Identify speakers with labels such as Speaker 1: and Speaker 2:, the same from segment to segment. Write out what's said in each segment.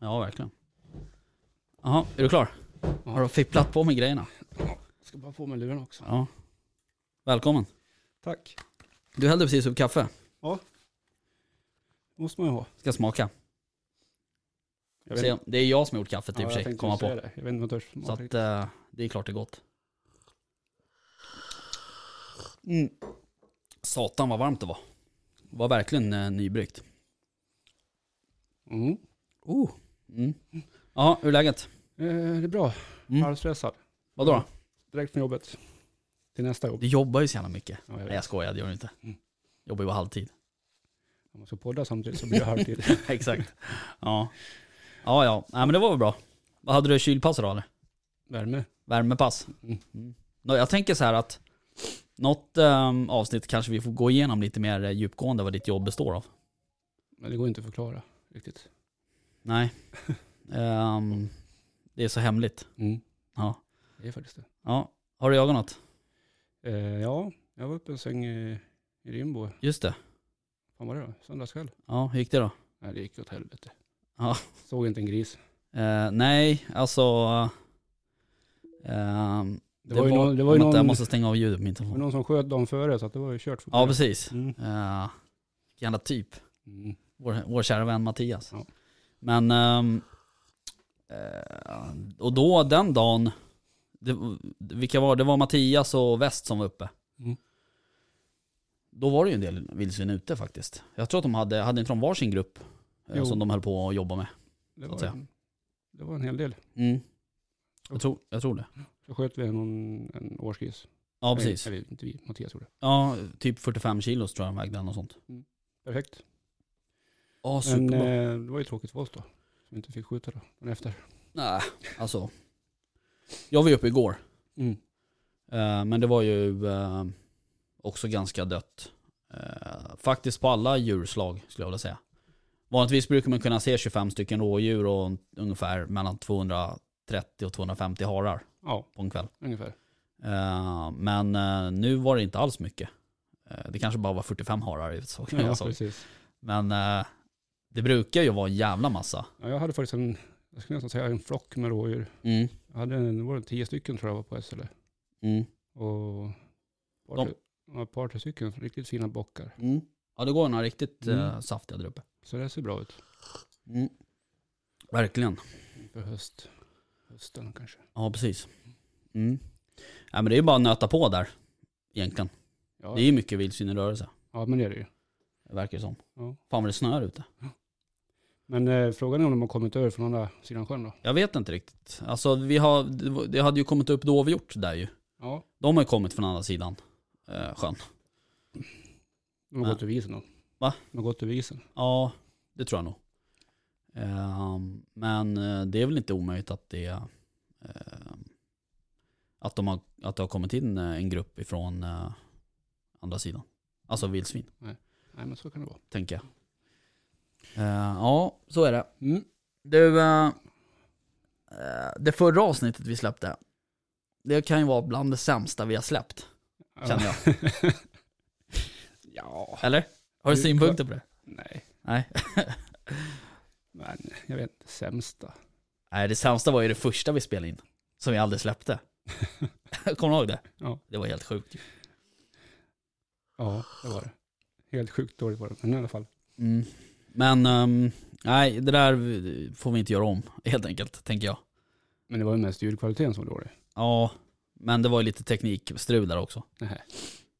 Speaker 1: Ja, verkligen. Jaha, är du klar? Har du fipplat på med grejerna?
Speaker 2: Ska bara få med luren också.
Speaker 1: Ja. Välkommen.
Speaker 2: Tack.
Speaker 1: Du hällde precis upp kaffe.
Speaker 2: måste man ju ha.
Speaker 1: Ska smaka.
Speaker 2: Jag
Speaker 1: Se, det är jag som har gjort kaffet i och
Speaker 2: jag
Speaker 1: för sig,
Speaker 2: tänkte
Speaker 1: komma
Speaker 2: säga
Speaker 1: på.
Speaker 2: Det. Jag vet inte om jag törs smaka
Speaker 1: Så att
Speaker 2: riktigt.
Speaker 1: eh, det är klart det är gott.
Speaker 2: Mm.
Speaker 1: Satan vad varmt det var. Det var verkligen eh, nybryggt.
Speaker 2: Mm.
Speaker 1: Oh. Mm. Ja, hur är läget?
Speaker 2: Eh, det är bra.
Speaker 1: Mm.
Speaker 2: Halvstressad.
Speaker 1: Vadå då?
Speaker 2: Direkt från jobbet. Till nästa jobb.
Speaker 1: Du jobbar ju så jävla mycket.
Speaker 2: Ja, jag
Speaker 1: Nej
Speaker 2: vet.
Speaker 1: jag skojar, det gör du inte.
Speaker 2: Mm.
Speaker 1: Jobbar ju bara halvtid.
Speaker 2: Om man ska podda samtidigt så blir det halvtid.
Speaker 1: Exakt. Ja. Ja, ja. Nej men det var väl bra. Vad hade du kylpass då eller?
Speaker 2: Värme.
Speaker 1: Värmepass?
Speaker 2: Mm.
Speaker 1: Mm. Nå, Jag tänker så här att något ehm, avsnitt kanske vi får gå igenom lite mer eh, djupgående vad ditt jobb består av.
Speaker 2: Men det går inte att förklara riktigt.
Speaker 1: Nej. Ehm, det är så hemligt.
Speaker 2: Mm.
Speaker 1: Ja.
Speaker 2: Det är faktiskt det.
Speaker 1: ja. Har du jagat något?
Speaker 2: Eh, ja, jag var uppe en sväng i, i Rimbo.
Speaker 1: Just det.
Speaker 2: Fan var det då? Söndagskväll?
Speaker 1: Ja, hur gick det då?
Speaker 2: Nej, det gick åt helvete.
Speaker 1: Ja.
Speaker 2: Såg inte en gris.
Speaker 1: Eh, nej, alltså... ehm,
Speaker 2: Det, var ju någon, det var ju
Speaker 1: vänta, Jag
Speaker 2: någon,
Speaker 1: måste stänga av ljudet på min
Speaker 2: det var
Speaker 1: telefon.
Speaker 2: någon som sköt dagen före så att det var ju kört. för
Speaker 1: Ja, precis.
Speaker 2: Mm.
Speaker 1: Uh, jävla typ.
Speaker 2: Mm.
Speaker 1: Vår, vår kära vän Mattias.
Speaker 2: Ja.
Speaker 1: Men... ehm, eh, och då, den dagen... Det, vilka var det? var Mattias och Väst som var uppe.
Speaker 2: Mm.
Speaker 1: Då var det ju en del vildsvin ute faktiskt. Jag tror att de hade, hade inte de varsin grupp eh,
Speaker 2: Jo.
Speaker 1: som de höll på att jobba med?
Speaker 2: Det,
Speaker 1: Så
Speaker 2: var
Speaker 1: att
Speaker 2: en, det var en hel del.
Speaker 1: Mm. Jag, tror, jag tror det.
Speaker 2: Så sköt vi någon, en årsgris.
Speaker 1: Ja, precis.
Speaker 2: Eller inte vi, Mattias gjorde.
Speaker 1: Ja, typ 45 kilos tror jag de vägde eller något sånt.
Speaker 2: Perfekt.
Speaker 1: Ja,
Speaker 2: Men
Speaker 1: superbra.
Speaker 2: eh, det var ju tråkigt för oss då. Som inte fick skjuta då. Men efter.
Speaker 1: Nej, alltså. Jag var ju uppe igår,
Speaker 2: Mm.
Speaker 1: eh, men det var ju eh, också ganska dött. Eh, faktiskt på alla djurslag skulle jag vilja säga. Vanligtvis brukar man kunna se 25 stycken rådjur och ungefär mellan 230 och 250 harar
Speaker 2: Ja,
Speaker 1: på en kväll.
Speaker 2: ungefär.
Speaker 1: Eh, men eh, nu var det inte alls mycket. Eh, det kanske bara var 45 harar i så,
Speaker 2: Ja,
Speaker 1: jag såg.
Speaker 2: precis.
Speaker 1: Men eh, det brukar ju vara en jävla massa.
Speaker 2: Ja, jag hade faktiskt en, jag skulle nästan säga en flock med rådjur.
Speaker 1: Mm.
Speaker 2: Jag hade en, det var tio stycken tror jag var på SLE.
Speaker 1: Mm.
Speaker 2: Och ett par,
Speaker 1: De-
Speaker 2: tre- ja, ett par tre stycken riktigt fina bockar.
Speaker 1: Ja det går några riktigt
Speaker 2: Mm.
Speaker 1: eh, saftiga där uppe.
Speaker 2: Så det ser bra ut.
Speaker 1: Verkligen.
Speaker 2: För höst. Hösten kanske.
Speaker 1: Ja precis. Mm. Ja, men det är ju bara att nöta på där egentligen.
Speaker 2: Ja,
Speaker 1: Det är ju mycket vildsvin i rörelse.
Speaker 2: ja men det är det ju.
Speaker 1: Det verkar det som.
Speaker 2: Ja.
Speaker 1: Fan vad det snöar ute.
Speaker 2: Men eh, frågan är om de har kommit över från andra sidan sjön då?
Speaker 1: Jag vet inte riktigt. Alltså vi har, det var- det hade ju kommit upp dovhjort där ju.
Speaker 2: Ja,
Speaker 1: De har ju kommit från andra sidan eh, sjön.
Speaker 2: de har
Speaker 1: Ja.
Speaker 2: gått över isen då.
Speaker 1: Va?
Speaker 2: De har gått över isen.
Speaker 1: Ja, det tror jag nog. Ehm, men eh, det är väl inte omöjligt att det ehm, att, de har, att det har kommit in eh, en grupp ifrån eh, andra sidan. Alltså vildsvin,
Speaker 2: Nej men så kan det vara.
Speaker 1: tänker jag. Eh, ja, så är det.
Speaker 2: Mm.
Speaker 1: Du, eh, eh, det förra avsnittet vi släppte, det kan ju vara bland det sämsta vi har släppt, känner jag.
Speaker 2: ja,
Speaker 1: Eller? Har du
Speaker 2: Du-
Speaker 1: synpunkter på det?
Speaker 2: nej.
Speaker 1: Nej.
Speaker 2: Men jag vet inte, sämsta.
Speaker 1: Nej, det sämsta var ju det första vi spelade in, som vi aldrig släppte. Kommer du ihåg det?
Speaker 2: Ja.
Speaker 1: Det var helt sjukt.
Speaker 2: Ja, det var det. Helt sjukt dåligt var det. Men i alla fall.
Speaker 1: Mm. Men ehm, nej, det där får vi inte göra om, helt enkelt, tänker jag.
Speaker 2: Men det var ju mest ljudkvaliteten som var dålig.
Speaker 1: Ja, men det var ju lite teknikstrul där också.
Speaker 2: Nej,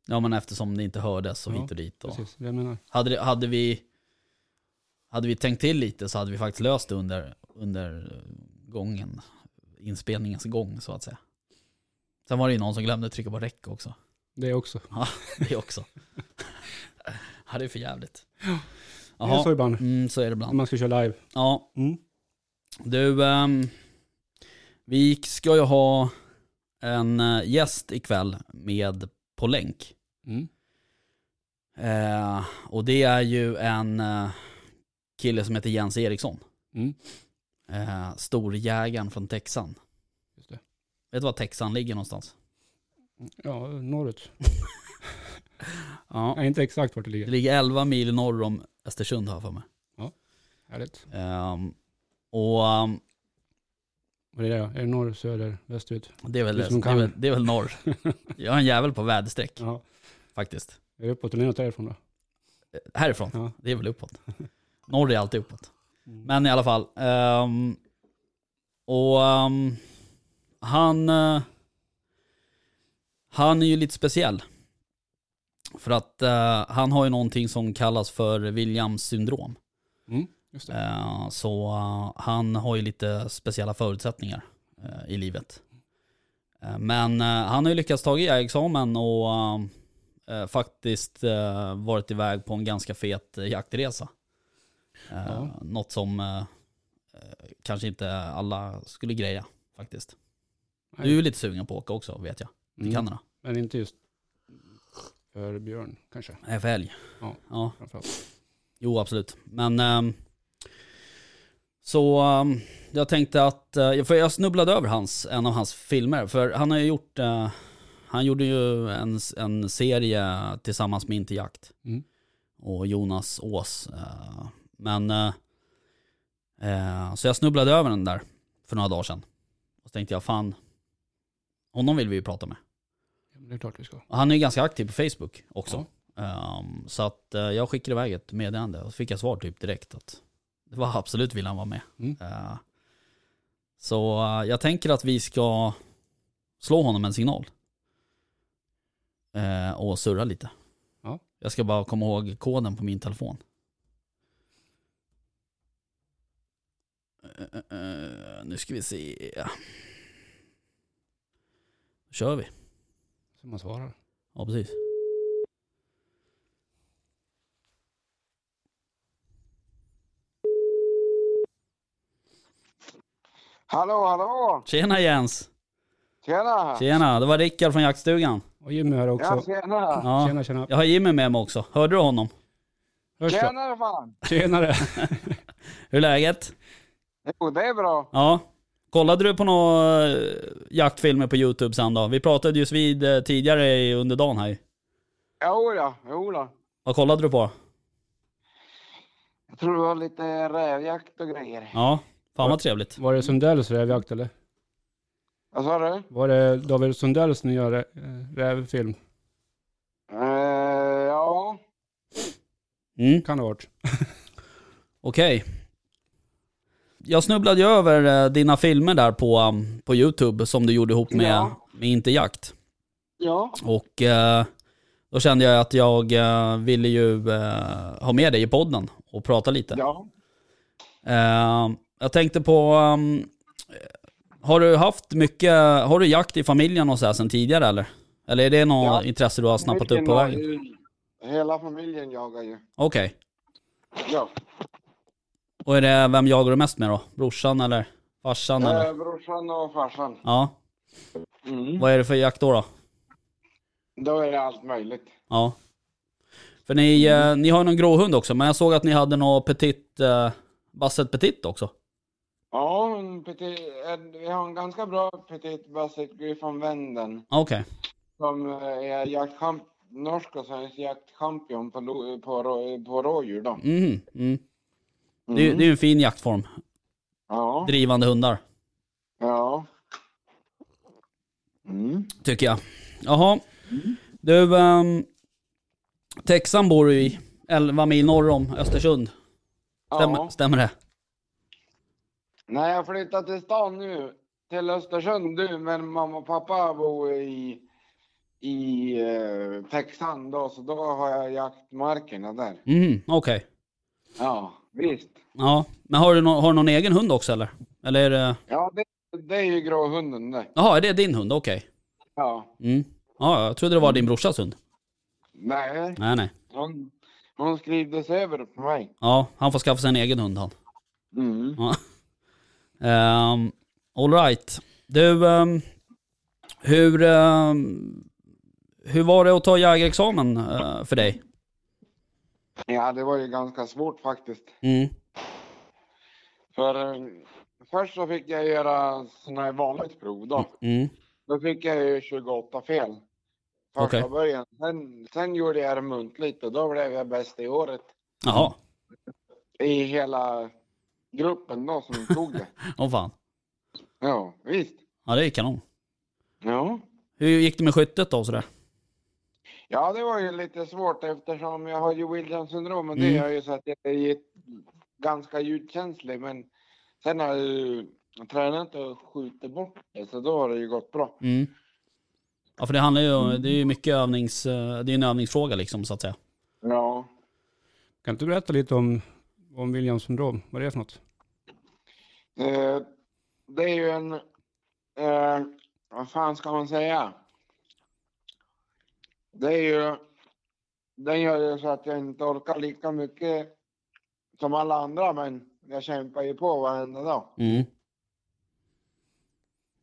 Speaker 1: Ja, men eftersom det inte hördes och
Speaker 2: Ja,
Speaker 1: hit och dit. Och.
Speaker 2: precis. Det jag menar.
Speaker 1: Hade, det- hade, vi, hade vi tänkt till lite så hade vi faktiskt löst det under, under gången, inspelningens gång så att säga. Sen var det ju någon som glömde trycka på räck också.
Speaker 2: Det också.
Speaker 1: det också. ja, det är för jävligt.
Speaker 2: Det är så ibland.
Speaker 1: Mm, så är det
Speaker 2: När
Speaker 1: ibland.
Speaker 2: man ska köra live.
Speaker 1: Ja,
Speaker 2: Mm.
Speaker 1: du. ehm, vi ska ju ha en eh, gäst ikväll med på länk.
Speaker 2: Mm.
Speaker 1: Eh, och det är ju en eh, kille som heter Jens Eriksson.
Speaker 2: Mm.
Speaker 1: Eh, storjägaren från Texan.
Speaker 2: Just det.
Speaker 1: Vet du var Texan ligger någonstans?
Speaker 2: Ja, norrut.
Speaker 1: Ja.
Speaker 2: Nej, inte exakt vart det
Speaker 1: Det
Speaker 2: ligger.
Speaker 1: ligger 11 mil norr om Östersund har jag för mig.
Speaker 2: Härligt.
Speaker 1: Ehm, och ehm,
Speaker 2: Vad är det? då? Är det norr, söder, västerut?
Speaker 1: det är, väl,
Speaker 2: Du som
Speaker 1: det, är
Speaker 2: kan.
Speaker 1: väl, det är väl norr. Jag är en jävel på väderstreck
Speaker 2: Ja.
Speaker 1: faktiskt.
Speaker 2: Är det uppåt eller neråt därifrån då?
Speaker 1: Eh, Härifrån,
Speaker 2: Ja.
Speaker 1: det är väl uppåt. Norr är alltid uppåt.
Speaker 2: Mm.
Speaker 1: Men i alla fall. ehm, och ehm, han, eh, han är ju lite speciell. För att eh, han har ju någonting som kallas för Williams syndrom.
Speaker 2: Mm. Just det.
Speaker 1: Eh, så eh, han har ju lite speciella förutsättningar eh, i livet. Eh, men eh, han har ju lyckats ta jägarexamen och eh, faktiskt eh, varit iväg på en ganska fet eh, jaktresa. Eh,
Speaker 2: Ja.
Speaker 1: Något som eh, eh, kanske inte alla skulle greja faktiskt.
Speaker 2: Nej.
Speaker 1: Du är ju lite sugen på att åka också vet jag, till
Speaker 2: Mm.
Speaker 1: Kanada.
Speaker 2: Men inte just för björn kanske.
Speaker 1: Nej, för älg.
Speaker 2: Ja.
Speaker 1: ja.
Speaker 2: Framförallt.
Speaker 1: Jo, absolut. Men ehm, så ehm, jag tänkte att, eh, för jag snubblade över hans, en av hans filmer. För han har ju gjort, eh, han gjorde ju en, en serie tillsammans med Inte Jakt
Speaker 2: Mm.
Speaker 1: och Jonas Ås. eh, men, eh, eh, så jag snubblade över den där för några dagar sedan. Och så tänkte jag, fan, honom vill vi ju prata med.
Speaker 2: Ja, men Det är klart vi ska.
Speaker 1: Och han är ju ganska aktiv på Facebook också. Ehm, så att eh, jag skickade iväg ett meddelande och så fick jag svar typ direkt att det var absolut vill han vara med.
Speaker 2: Mm.
Speaker 1: Eh, så eh, jag tänker att vi ska slå honom en signal. Eh, och surra lite.
Speaker 2: Ja.
Speaker 1: Jag ska bara komma ihåg koden på min telefon. Eh, eh, eh, nu ska vi se. kör vi.
Speaker 2: Så man svarar.
Speaker 1: Ja, precis.
Speaker 3: Hallå, hallå!
Speaker 1: Tjena Jens!
Speaker 3: Tjena!
Speaker 1: Tjena, det var Rickard från jaktstugan.
Speaker 2: Och Jimmy här
Speaker 3: Ja,
Speaker 2: också.
Speaker 3: tjena!
Speaker 1: Ja,
Speaker 2: Tjena, tjena.
Speaker 1: jag har Jimmy med mig också. Hörde du honom?
Speaker 2: Hörs då.
Speaker 3: Tjenare fan!
Speaker 2: Tjenare.
Speaker 1: Hur är läget?
Speaker 3: Jo, det är bra.
Speaker 1: Ja. Kollade du på några eh, jaktfilmer på YouTube sen då? Vi pratade ju vid eh, tidigare i- under dagen här ju.
Speaker 3: Jo då, jo då.
Speaker 1: Vad kollade du på?
Speaker 3: Jag tror det var lite rävjakt och grejer.
Speaker 1: Ja, fan vad trevligt.
Speaker 2: Var det Sundells rävjakt eller?
Speaker 3: Vad sa du?
Speaker 2: Var det David Sundells nya rä- eh, rävfilm?
Speaker 3: Eh, ja,
Speaker 1: Mm,
Speaker 2: Kan det ha varit.
Speaker 1: okej. Jag snubblade ju över eh, dina filmer där på, um, på YouTube som du gjorde ihop med,
Speaker 3: Ja.
Speaker 1: med Inte Jakt.
Speaker 3: ja,
Speaker 1: Och eh, då kände jag att jag eh, ville ju eh, ha med dig i podden och prata lite.
Speaker 3: ja.
Speaker 1: Eh, jag tänkte på, ehm, har du haft mycket, har du jakt i familjen och så här sen tidigare eller? Eller är det något
Speaker 3: Ja.
Speaker 1: intresse du har snappat upp
Speaker 3: Familjen
Speaker 1: på
Speaker 3: har
Speaker 1: vägen?
Speaker 3: ju- Hela familjen jagar ju.
Speaker 1: Okej,
Speaker 3: Ja.
Speaker 1: och är det, vem jagar du mest med då? Brorsan eller farsan eller?
Speaker 3: Eh, brorsan och farsan.
Speaker 1: Ja,
Speaker 3: Mm.
Speaker 1: vad är det för jakt då? då?
Speaker 3: Då är det allt möjligt.
Speaker 1: Ja. För ni,
Speaker 3: Mm.
Speaker 1: eh, ni har ju någon gråhund också, men jag såg att ni hade någon petit, eh, basset petit också.
Speaker 3: Ja, en petit, en, vi har en ganska bra petit basset Griffon Wenden
Speaker 1: Okej,
Speaker 3: som eh, är jaktchamp, norsk och svensk jaktchampion på, lo- på, rå- på rådjur då.
Speaker 1: mhm. mm. Det, är ju-
Speaker 3: Mm.
Speaker 1: det är ju en fin jaktform.
Speaker 3: Ja.
Speaker 1: Drivande hundar,
Speaker 3: Ja. Mm.
Speaker 1: tycker jag. Jaha. Du, um, Texan bor du i 11 mil norr om Östersund. Stämmer,
Speaker 3: Ja.
Speaker 1: stämmer det?
Speaker 3: Nej, jag flyttade till stan nu. Till Östersund nu, men mamma och pappa bor i, i eh, Texan då, så då har jag jaktmarkerna där.
Speaker 1: Mhm, okej.
Speaker 3: Ja, visst.
Speaker 1: Ja, men har du, nå- har du någon egen hund också eller? Eller är det...
Speaker 3: Ja, det, det är ju gråhunden det.
Speaker 1: Jaha, är det din hund? Okej.
Speaker 3: Ja.
Speaker 1: Mm. Ja, jag trodde det var din brorsas hund.
Speaker 3: Nej,
Speaker 1: Nej, nej.
Speaker 3: hon, Men hon skrivdes över på mig.
Speaker 1: Ja, han får skaffa sig en egen hund han.
Speaker 3: Mm.
Speaker 1: Um, Alright. Du, ehm, hur, ehm, hur var det att ta jägarexamen eh, för dig?
Speaker 3: Ja, det var ju ganska svårt faktiskt.
Speaker 1: Mm.
Speaker 3: För eh, först så fick jag göra sådana här vanligt prov då.
Speaker 1: Mm.
Speaker 3: Då fick jag ju 28 fel. Första
Speaker 1: Okej.
Speaker 3: början. Sen, sen gjorde jag det muntligt och då blev jag bäst i året.
Speaker 1: Jaha,
Speaker 3: I hela gruppen då som tog det.
Speaker 1: åh fan.
Speaker 3: Ja, visst.
Speaker 1: Ja det är kanon.
Speaker 3: Ja.
Speaker 1: Hur gick det med skyttet då och sådär?
Speaker 3: ja, det var ju lite svårt eftersom jag har ju Williams syndrom och det
Speaker 1: Mm.
Speaker 3: gör ju så att jag är ju ganska ljudkänslig. Men sen har jag ju tränat och skjutit bort det så då har det ju gått bra.
Speaker 1: Mm. Ja för det handlar ju om, det är ju mycket övnings, eh, det är en övningsfråga liksom så att säga.
Speaker 3: Ja.
Speaker 2: Kan inte du berätta lite om, om Williams syndrom? Vad är det för något?
Speaker 3: Eh, det är ju en... Eh, vad fan ska man säga? Det är ju... Den gör ju så att jag inte orkar lika mycket som alla andra, men jag kämpar ju på varenda dag.
Speaker 1: Mm.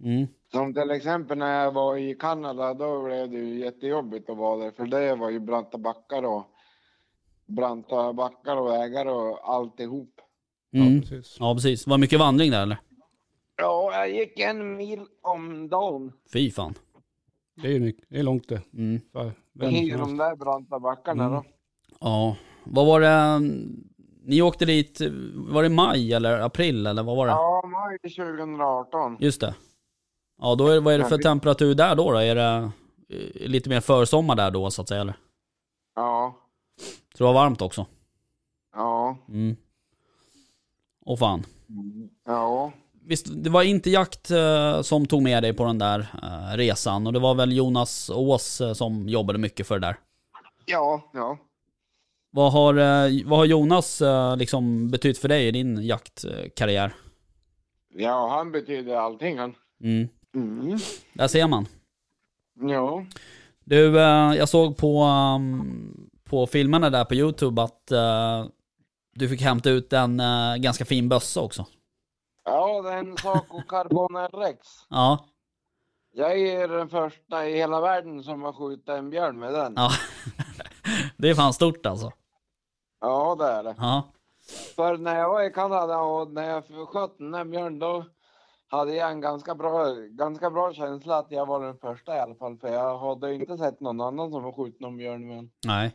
Speaker 1: Mm.
Speaker 3: Som till exempel när jag var i Kanada, då blev det ju jättejobbigt att vara där, för det var ju branta backar och branta backar och vägar och alltihop.
Speaker 1: Mm.
Speaker 2: Ja, precis.
Speaker 1: Ja precis. Var det mycket vandring där eller?
Speaker 3: Ja, jag gick en mil om dagen
Speaker 1: Fy fan.
Speaker 2: Det är, ju mycket, det är långt det.
Speaker 1: Mm.
Speaker 2: För vem
Speaker 3: i
Speaker 2: som
Speaker 3: de
Speaker 2: helst.
Speaker 3: där branta backarna
Speaker 2: Mm.
Speaker 3: då.
Speaker 1: Ja. Vad var det, mm, ni åkte dit, var det maj eller april eller vad var det?
Speaker 3: Ja, maj 2018.
Speaker 1: Just det. Ja, då är, vad är det för
Speaker 3: Ja.
Speaker 1: temperatur där då? då? Är det eh, lite mer försommar där då så att säga eller?
Speaker 3: Ja,
Speaker 1: Så det var varmt också?
Speaker 3: ja,
Speaker 1: Mm. Åh fan.
Speaker 3: ja.
Speaker 1: Visst, det var inte jakt eh, som tog med dig på den där eh, resan och det var väl Jonas Ås eh, som jobbade mycket för det där.
Speaker 3: Ja, ja.
Speaker 1: Vad har, eh, vad har Jonas eh, liksom betytt för dig i din jaktkarriär?
Speaker 3: Ja, han betyder allting han.
Speaker 1: Mm.
Speaker 3: Mm.
Speaker 1: Där ser man.
Speaker 3: Ja,
Speaker 1: Du, eh, jag såg på, ehm, på filmerna där på YouTube att eh, du fick hämta ut en eh, ganska fin bössa också.
Speaker 3: ja det är en Saco Carbon RX.
Speaker 1: Ja,
Speaker 3: Jag är den första i hela världen som har skjutit en björn med den.
Speaker 1: ja. det är fan stort alltså.
Speaker 3: Ja, det är det.
Speaker 1: Ja,
Speaker 3: För när jag var i Kanada och när jag sköt den där björnen då hade jag en ganska bra, ganska bra känsla att jag var den första i alla fall. För jag hade inte sett någon annan som har skjutit någon björn med den.
Speaker 1: nej.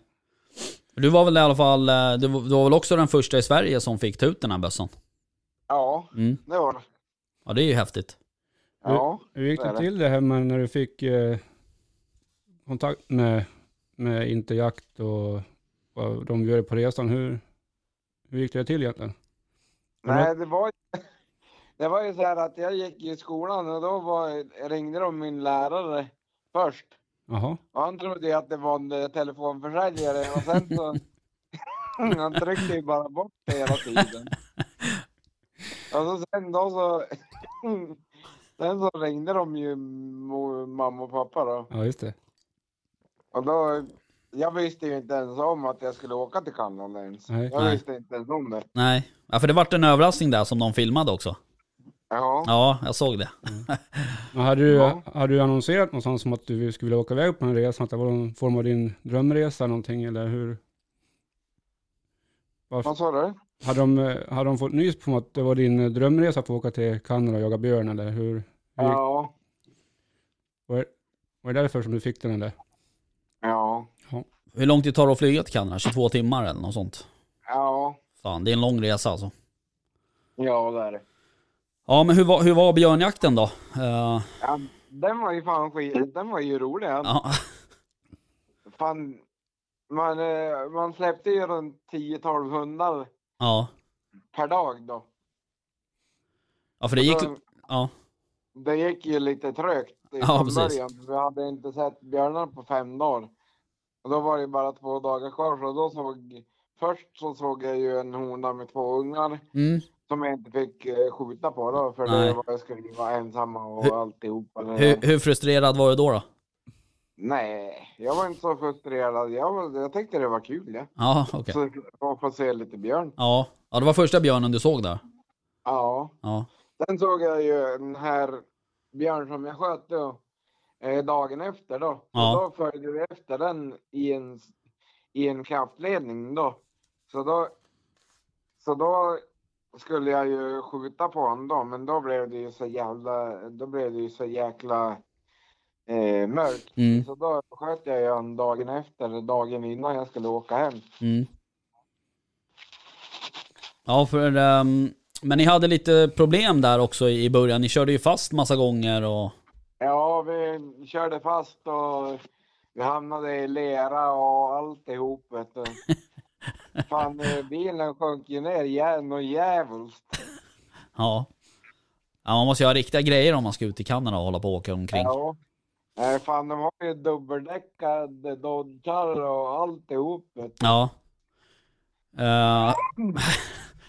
Speaker 1: Du var väl i alla fall, eh, du var, du var väl också den första i Sverige som fick ta ut den här bössan?
Speaker 3: Ja,
Speaker 1: Mm.
Speaker 3: det var det.
Speaker 1: Ja, det är ju häftigt.
Speaker 3: Ja.
Speaker 2: Hur gick
Speaker 3: Så är
Speaker 2: det
Speaker 3: det.
Speaker 2: till det här med när du fick eh, kontakt med, med Interjakt och vad de gör på resan? Hur, hur gick det till egentligen? Men
Speaker 1: Mm.
Speaker 3: Nej, det var, ju- det var ju så här att jag gick i skolan och då var, ringde de min lärare först.
Speaker 2: Jaha,
Speaker 3: Och han trodde ju att det var en eh, telefonförsäljare och sen så... han tryckte ju bara bort det hela tiden. Och så sen då så... sen så ringde de ju mo- mamma och pappa då.
Speaker 2: ja just det.
Speaker 3: Och då... Jag visste ju inte ens om att jag skulle åka till Kanada ens.
Speaker 2: Nej.
Speaker 3: Jag
Speaker 1: Nej.
Speaker 3: visste inte ens om det.
Speaker 1: Nej, ja, för det vart en överraskning där som de filmade också.
Speaker 3: Ja.
Speaker 1: Ja, jag såg det.
Speaker 2: Men hade, du,
Speaker 3: Ja.
Speaker 2: hade du annonserat någonstans om att du skulle vilja åka iväg på den här resan? Att det var någon form av din drömresa eller någonting eller hur? Varför?
Speaker 3: Vad sa du?
Speaker 2: Hade, de, eh, hade de fått nys på att det var din eh, drömresa att få åka till Kanada och jaga björn eller hur? hur gick,
Speaker 3: Ja.
Speaker 2: var det därför som du fick den eller?
Speaker 3: Ja.
Speaker 1: Hur lång tid tar det att flyga till Kanada? 22 timmar eller något sånt?
Speaker 3: Ja.
Speaker 1: Fan, det är en lång resa alltså.
Speaker 3: Ja, det är det.
Speaker 1: Ja, men hur var, hur var björnjakten då? Eh,
Speaker 3: Ja, den var ju fan skit. Den var ju rolig. han.
Speaker 1: ja,
Speaker 3: Fan, man, eh, man släppte ju runt 10-12 hundar
Speaker 1: ja.
Speaker 3: per dag då.
Speaker 1: ja, för det gick...
Speaker 3: Alltså,
Speaker 1: Ja,
Speaker 3: Det gick ju lite trögt i
Speaker 1: Ja,
Speaker 3: från
Speaker 1: precis.
Speaker 3: början. för Vi hade inte sett björnar på fem dagar. Och då var det ju bara två dagar kvar. Så då såg, först så såg jag ju en hona med två ungar
Speaker 1: mm.
Speaker 3: som jag inte fick eh, skjuta på då. För
Speaker 1: Nej.
Speaker 3: det var, jag skulle vara ensamma och
Speaker 1: Hur-
Speaker 3: alltihopa.
Speaker 1: hur, hur frustrerad var du då? då?
Speaker 3: Nej, jag var inte så frustrerad. Jag, var, jag tyckte det var kul. Ja.
Speaker 1: Ja, okej.
Speaker 3: Så man får se lite björn.
Speaker 1: Ja. ja, det var första björnen du såg där.
Speaker 3: Ja.
Speaker 1: Ja,
Speaker 3: Sen såg jag ju den här björn som jag sköt då, eh, dagen efter då. Så
Speaker 1: Ja.
Speaker 3: Då följde vi efter den i en, i en kraftledning då. Så då, så då skulle jag ju skjuta på honom då, men då blev det ju så jävla, då blev det ju så jäkla eh, mörkt.
Speaker 1: mm,
Speaker 3: Så då sköt jag ju honom dagen efter, dagen innan jag skulle åka hem.
Speaker 1: mm. ja för, ehm, men ni hade lite problem där också i början. Ni körde ju fast massa gånger och...
Speaker 3: Ja, vi körde fast och vi hamnade i lera och alltihop. Vet du. Fan, eh, bilen sjönk ju ner igen och djävulskt.
Speaker 1: Ja. ja. Man måste ju ha riktiga grejer om man ska ut i Kanada och hålla på och åka omkring.
Speaker 3: Ja. Eh, Fan, de har ju dubbeldäckade Dodgar och alltihop. Vet du.
Speaker 1: Ja. Eh,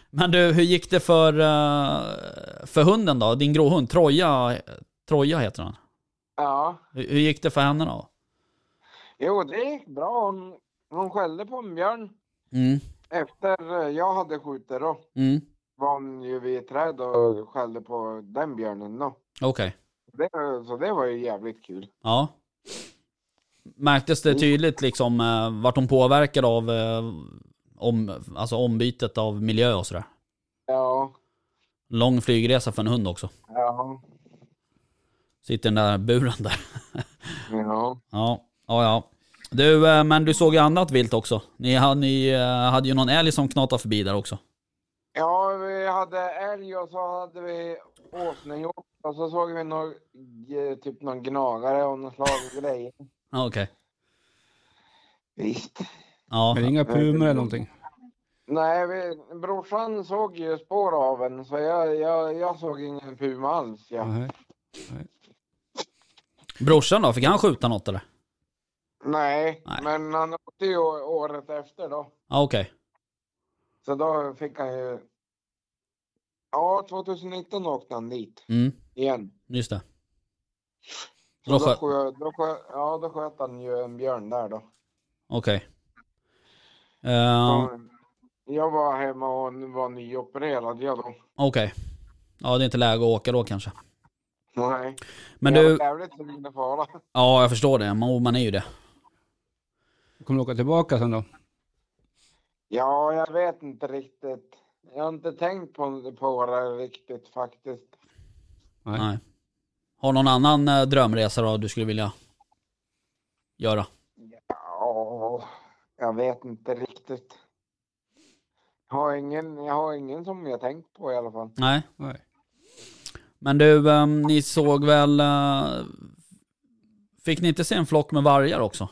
Speaker 1: men du, hur gick det för, eh, för hunden då? Din gråhund, Troja, Troja heter han.
Speaker 3: Ja,
Speaker 1: Hur, hur gick det för henne då?
Speaker 3: jo, det gick bra. Hon, hon skällde på en björn
Speaker 1: Mm,
Speaker 3: efter eh, jag hade skjutit då.
Speaker 1: mm,
Speaker 3: Var hon ju vid ett träd och skällde på den björnen då.
Speaker 1: okej.
Speaker 3: Det, så det var ju jävligt kul.
Speaker 1: Ja. Märktes det tydligt liksom uh, vart hon påverkad av eh, om, alltså ombytet av miljö och sådär?
Speaker 3: Ja,
Speaker 1: Lång flygresa för en hund också.
Speaker 3: ja,
Speaker 1: Sitter i den där buren där.
Speaker 3: ja.
Speaker 1: Ja, ja, ja. Du, eh, men du såg ju annat vilt också. Ni, ha- ni eh, hade ju någon älg som knatade förbi där också.
Speaker 3: Ja, vi hade älg och så hade vi åsning och så såg vi någon, eh, typ någon gnagare och någon slag grejer.
Speaker 1: Ja, Okej.
Speaker 3: Visst.
Speaker 1: Ja,
Speaker 2: Men inga pumor eller någonting.
Speaker 3: Nej, vi, brorsan såg ju spår av en så jag, jag, jag såg ingen puma alls. Ja.
Speaker 2: Nej.
Speaker 1: brorsan då, fick han skjuta något eller?
Speaker 3: Nej,
Speaker 1: Nej.
Speaker 3: men han åkte ju å- året efter då.
Speaker 1: Ja, okej.
Speaker 3: Så då fick han ju... Ja, 2019 åkte han dit
Speaker 1: Mm,
Speaker 3: igen.
Speaker 1: just det.
Speaker 3: Så
Speaker 1: Då
Speaker 3: då,
Speaker 1: sköt-
Speaker 3: sköt, då, sköt, ja, då sköt han ju en björn där då.
Speaker 1: Okej. Eh,
Speaker 3: Jag var hemma och var nyopererad jag då.
Speaker 1: Okej. Ja, det är inte läge att åka då kanske.
Speaker 3: Nej.
Speaker 1: Men
Speaker 3: jag
Speaker 1: du,
Speaker 3: var jävligt sugen att fara.
Speaker 1: ja jag förstår det. Man, man är ju det.
Speaker 2: Kommer du åka tillbaka sen då?
Speaker 3: Ja, jag vet inte riktigt. Jag har inte tänkt på, på det riktigt faktiskt.
Speaker 2: Nej.
Speaker 1: Nej. Har någon annan eh, drömresa då du skulle vilja göra?
Speaker 3: Ja, jag vet inte riktigt. Jag har ingen, jag har ingen som jag tänkt på i alla fall.
Speaker 1: Nej.
Speaker 2: Nej.
Speaker 1: Men du, eh, ni såg väl... eh, fick ni inte se en flock med vargar också?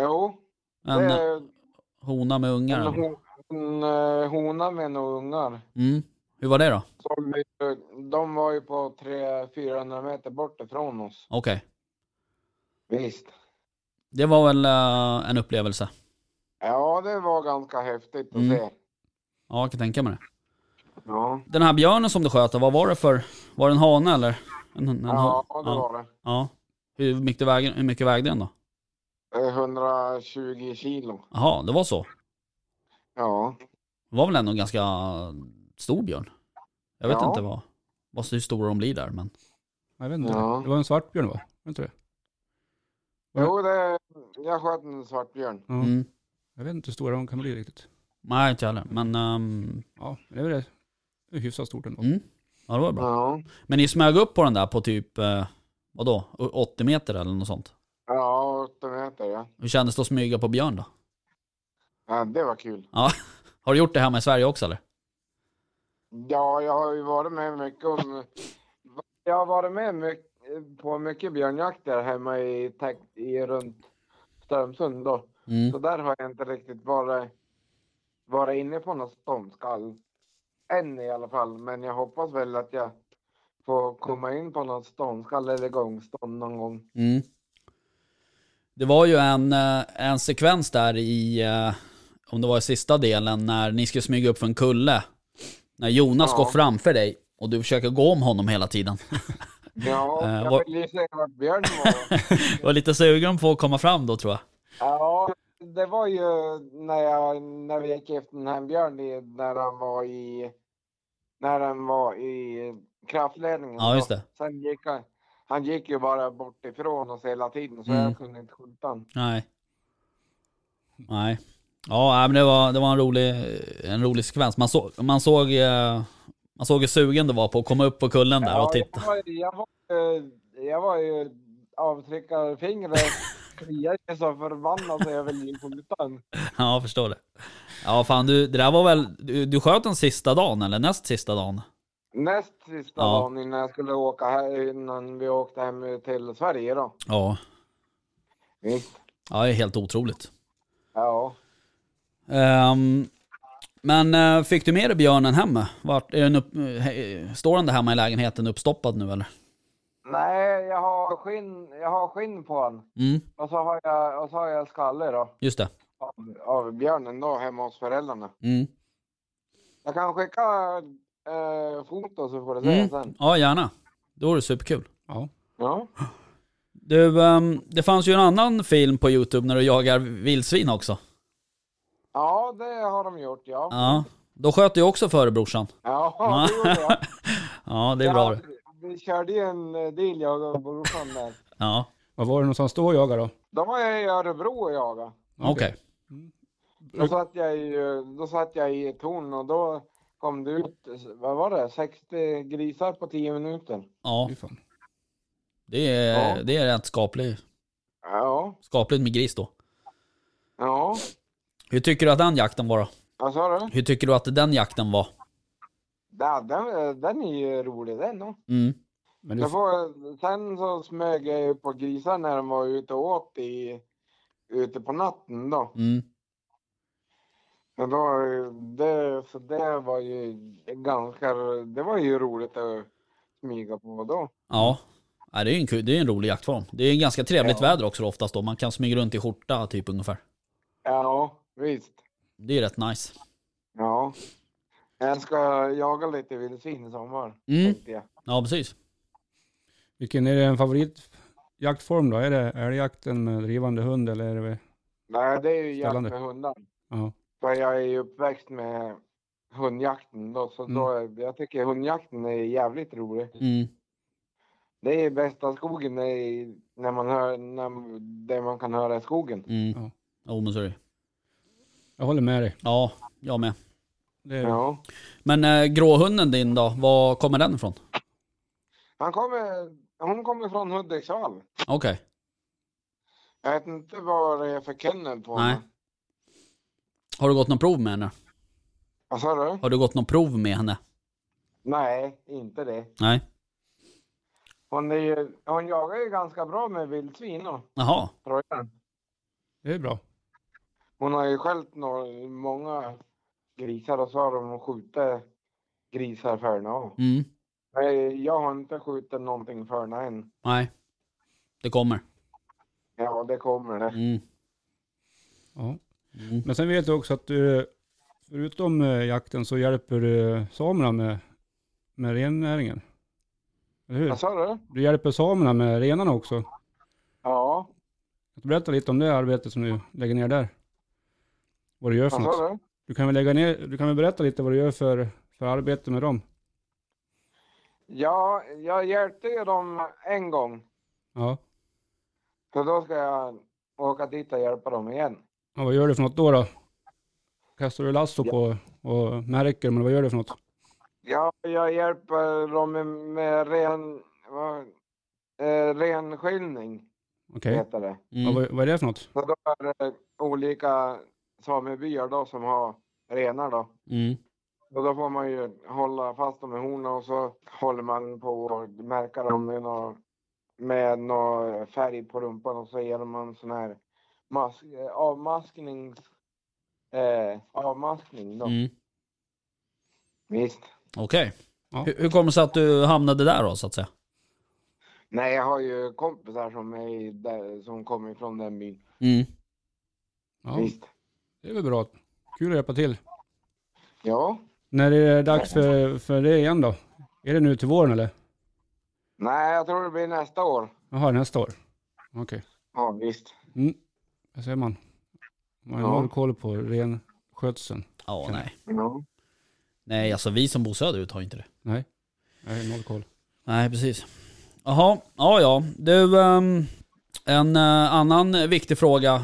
Speaker 3: Jo, det
Speaker 1: En eh,
Speaker 3: är
Speaker 1: hona med
Speaker 3: en,
Speaker 1: ungar?
Speaker 3: ho- en eh, hona med några ungar.
Speaker 1: Mm. Hur var det då?
Speaker 3: Som, eh, de var ju på 300-400 meter bort ifrån oss.
Speaker 1: Okej.
Speaker 3: Visst.
Speaker 1: Det var väl eh, en upplevelse?
Speaker 3: Ja, det var ganska häftigt att
Speaker 1: Mm.
Speaker 3: se.
Speaker 1: Ja, jag kan tänka mig det.
Speaker 3: Ja,
Speaker 1: Den här björnen som du sköt, vad var det för? Var det en hane eller? En, en, en
Speaker 3: ja det
Speaker 1: han-
Speaker 3: var det.
Speaker 1: Ja. Hur mycket, väger, hur mycket vägde den då?
Speaker 3: Eh, 120 kilo.
Speaker 1: Jaha, det var så.
Speaker 3: Ja.
Speaker 1: Det var väl ändå en ganska stor björn? Jag vet
Speaker 3: Ja.
Speaker 1: inte vad, vad, hur stora de blir där men.
Speaker 2: Jag vet inte.
Speaker 3: Ja.
Speaker 2: Det var en svartbjörn va? Var det inte det? Ja.
Speaker 3: Jo, det, jag sköt en svartbjörn.
Speaker 2: Ja.
Speaker 1: Mm.
Speaker 2: Jag vet inte hur stora de kan bli riktigt.
Speaker 1: Nej, inte jag heller. Men ehm,
Speaker 2: Ja, men det är väl det är hyfsat stort ändå.
Speaker 1: Mm. ja, det var bra.
Speaker 3: Ja.
Speaker 1: Men ni smög upp på den där på typ, eh, vadå, 80 meter eller något sånt?
Speaker 3: Ja, 8 meter ja.
Speaker 1: Hur kändes det att smyga på björn då?
Speaker 3: ja. Det var kul.
Speaker 1: Ja. Har du gjort det hemma i Sverige också eller?
Speaker 3: Ja, jag har ju varit med mycket om... Jag har varit med mycket, på mycket björnjakter hemma i, Teck- i runt Strömsund då.
Speaker 1: Mm.
Speaker 3: Så där har jag inte riktigt varit, varit inne på något ståndskall. Än i alla fall. Men jag hoppas väl att jag får komma in på något ståndskall eller gångstånd någon gång.
Speaker 1: Mm. Det var ju en, eh, en sekvens där i, eh, om det var i sista delen, när ni skulle smyga upp för en kulle. När Jonas
Speaker 3: Ja.
Speaker 1: går framför dig och du försöker gå om honom hela tiden.
Speaker 3: Ja,
Speaker 1: Eh,
Speaker 3: jag
Speaker 1: vad-
Speaker 3: vill ju se vart björn var.
Speaker 1: Var lite sugen på att komma fram då tror jag.
Speaker 3: ja, det var ju när, jag, när vi gick efter den här björn i, när han var i... När han var i kraftledningen.
Speaker 1: Ja,
Speaker 3: då.
Speaker 1: just det.
Speaker 3: Sen gick han... Han gick ju bara bort ifrån oss hela tiden så
Speaker 1: Mm.
Speaker 3: jag kunde inte skjuta honom.
Speaker 1: Nej. Nej. Ja, nej, men det var, det var en rolig, en rolig sekvens. Man såg, man såg, eh, man såg hur sugen det var på att komma upp på kullen där och titta.
Speaker 3: Jag var, jag var, ju- jag var ju avtryckarfingret. Kliade ju så förbannat så jag ville ju skjuta honom.
Speaker 1: Ja, jag förstår det. Ja, fan du, det där var väl, du, du sköt den sista dagen eller näst sista dagen?
Speaker 3: Näst sista
Speaker 1: Ja.
Speaker 3: dagen innan jag skulle åka här, innan vi åkte hem till Sverige då.
Speaker 1: Ja. Mm.
Speaker 3: Visst.
Speaker 1: Ja, det är helt otroligt.
Speaker 3: Ja.
Speaker 1: Ehm, men eh, fick du med dig björnen hem? Vart, är den upp, eh, står den där hemma i lägenheten uppstoppad nu eller?
Speaker 3: Nej, jag har skinn, jag har skinn på honom.
Speaker 1: Mm,
Speaker 3: Och så har jag, och så har jag skalle då.
Speaker 1: just det.
Speaker 3: Av, av björnen då hemma hos föräldrarna.
Speaker 1: Mm.
Speaker 3: Jag kan skicka eh, foto så får du se
Speaker 1: Mm.
Speaker 3: sen.
Speaker 1: Ja, gärna. Det vore superkul.
Speaker 2: Ja.
Speaker 3: Ja.
Speaker 1: Du, ehm, det fanns ju en annan film på Youtube när du jagar vildsvin också.
Speaker 3: ja, det har de gjort ja.
Speaker 1: Ja. Då sköt du ju också före brorsan.
Speaker 3: Ja, det gjorde jag.
Speaker 1: Ja, det är
Speaker 3: Ja,
Speaker 1: bra det.
Speaker 3: Vi körde ju en eh, deal jag och brorsan där.
Speaker 1: Ja,
Speaker 2: Var var det någonstans då och jagade då?
Speaker 3: Då var jag i Örebro och jagade.
Speaker 1: okej. Mm.
Speaker 3: Då satt jag i, eh, då satt jag i ett torn och då kom det ut, eh, vad var det, 60 grisar på 10 minuter.
Speaker 1: Ja,
Speaker 2: Fy fan.
Speaker 1: det är,
Speaker 3: Ja.
Speaker 1: det är rätt skapligt,
Speaker 3: Ja,
Speaker 1: skapligt med gris då.
Speaker 3: ja.
Speaker 1: Hur tycker du att den jakten var då?
Speaker 3: Vad sa du?
Speaker 1: Hur tycker du att den jakten var?
Speaker 3: Ja, den, eh, den är ju rolig den. då.
Speaker 1: Mm.
Speaker 2: Men
Speaker 3: Jag
Speaker 2: det,
Speaker 3: får, sen så smög jag ju på grisar när de var ute och åt i, ute på natten då.
Speaker 1: Mm.
Speaker 3: Men då eh, det, så det var ju ganska, det var ju roligt att smyga på då.
Speaker 1: Ja. ja, det är ju en, kul- det är en rolig jaktform. Det är en ganska trevligt
Speaker 3: Ja.
Speaker 1: väder också då oftast då. Man kan smyga runt i skjorta typ ungefär.
Speaker 3: Ja, visst.
Speaker 1: Det är ju rätt nice.
Speaker 3: Ja. Jag ska jaga lite vildsvin i sommar,
Speaker 1: Mm.
Speaker 3: tänkte jag.
Speaker 1: Ja, precis.
Speaker 2: vilken är det en favoritjaktform då? Är det älgjakten med drivande hund eller är det?
Speaker 3: Nej, det är ju jakt
Speaker 2: Spännande.
Speaker 3: med hundar.
Speaker 2: Ja.
Speaker 3: För jag är ju uppväxt med hundjakten då, så då, jag tycker hundjakten är jävligt rolig.
Speaker 1: Mm.
Speaker 3: Det är bästa skogen är i- när man hör, när, det man kan höra i skogen.
Speaker 1: Mm.
Speaker 2: Ja.
Speaker 1: Jo, men så är det.
Speaker 2: Jag håller med dig.
Speaker 1: Ja, jag med.
Speaker 2: Det är,
Speaker 3: Ja.
Speaker 1: Men eh, gråhunden din då, var kommer den ifrån?
Speaker 3: Han kommer, hon kommer från Hudiksvall.
Speaker 1: Okej.
Speaker 3: Jag vet inte vad det är för kennel på
Speaker 1: Nej.
Speaker 3: henne.
Speaker 1: Har du gått någon prov med henne?
Speaker 3: Vad sa du?
Speaker 1: Har du gått någon prov med henne?
Speaker 3: Nej, inte det.
Speaker 1: Nej.
Speaker 3: Hon, är ju, hon jagar ju ganska bra med vildsvin då,
Speaker 1: Jaha.
Speaker 3: tror jag.
Speaker 2: det är bra.
Speaker 3: Hon har ju skällt några, många grisar och så har de skjutit grisar för henne också.
Speaker 1: Mm.
Speaker 3: Nej, jag har inte skjutit någonting för henne än.
Speaker 1: Nej. Det kommer.
Speaker 3: Ja, det kommer det.
Speaker 1: Mm.
Speaker 2: Ja.
Speaker 1: Mm.
Speaker 2: Men sen vet jag också att du, förutom eh, jakten så hjälper du samerna med, med rennäringen. Eller hur?
Speaker 3: Vad sa du?
Speaker 2: Du hjälper samerna med renarna också. Kan
Speaker 3: Ja,
Speaker 2: du berätta lite om det arbetet som du lägger ner där? Vad du gör för
Speaker 3: vad
Speaker 2: något?
Speaker 3: sa du?
Speaker 2: Du kan väl, lägga ner, du kan väl berätta lite vad du gör för, för arbete med dem?
Speaker 3: Ja, jag hjälpte ju dem en gång.
Speaker 2: Ja.
Speaker 3: Så då ska jag åka dit och hjälpa dem igen.
Speaker 2: ja vad gör du för något då? då? Kastar du lasso
Speaker 3: Ja.
Speaker 2: på och märker, men vad gör du för något?
Speaker 3: Ja, jag hjälper dem med, med ren, vad, eh, renskiljning,
Speaker 2: Okej.
Speaker 3: heter det.
Speaker 2: Ja,
Speaker 1: Mm.
Speaker 2: vad, vad är det för något?
Speaker 3: Så då är det olika samebyar då som har renar då.
Speaker 1: Mm.
Speaker 3: Och då får man ju hålla fast dem med hornen och så håller man på och märka dem med någon, med någon färg på rumpan och så ger man sån här mask, eh, avmasknings, eh, avmaskning då.
Speaker 1: Mm.
Speaker 3: Visst.
Speaker 1: Okej.
Speaker 2: Ja.
Speaker 1: Hur, hur kommer det sig att du hamnade där då så att säga?
Speaker 3: Nej, jag har ju kompisar som, är i där, som kommer från den byn.
Speaker 1: Mm.
Speaker 2: Ja,
Speaker 3: Visst.
Speaker 2: det är väl bra. Kul att hjälpa till.
Speaker 3: Ja.
Speaker 2: När är det dags för, för det igen då? Är det nu till våren eller?
Speaker 3: Nej, jag tror det blir nästa år.
Speaker 2: Jaha, nästa år. Okej,
Speaker 3: Ja, visst.
Speaker 2: där ser man. Man har
Speaker 3: Ja.
Speaker 2: noll koll på renskötseln.
Speaker 1: Ja,
Speaker 2: Kan-
Speaker 1: nej.
Speaker 3: Ja.
Speaker 1: Nej, alltså vi som bor söderut har inte det.
Speaker 2: Jag har noll koll.
Speaker 1: Nej, precis. Jaha, ja ja. Du, ehm, en eh, annan viktig fråga.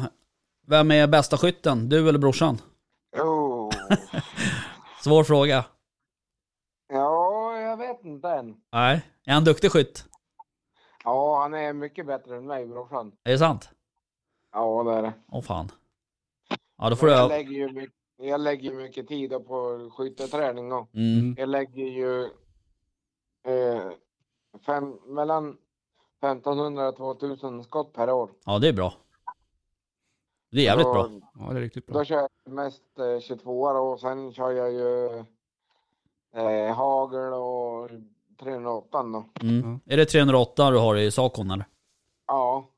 Speaker 1: Vem är bästa skytten? Du eller brorsan?
Speaker 3: Oh.
Speaker 1: Svår fråga.
Speaker 3: ja, jag vet inte än.
Speaker 1: Nej. Är han duktig skytt?
Speaker 3: Ja, han är mycket bättre än mig, brorsan.
Speaker 1: Är det sant?
Speaker 3: Ja, det är det.
Speaker 1: Åh fan. Ja, då får
Speaker 3: Jag
Speaker 1: jag...
Speaker 3: lägger ju mycket, jag lägger ju mycket tid på skytteträning. Då.
Speaker 1: Mm,
Speaker 3: Jag lägger ju eh, fem, mellan 1500 och 2000 skott per år.
Speaker 1: ja, det är bra. Det är jävligt
Speaker 3: då,
Speaker 1: bra.
Speaker 2: Ja, det är riktigt bra.
Speaker 3: Då kör jag mest eh, 22 och sen kör jag ju eh, hagel och 308 då.
Speaker 1: Mm. Är det 308 du har i Sakon eller?
Speaker 3: Ja,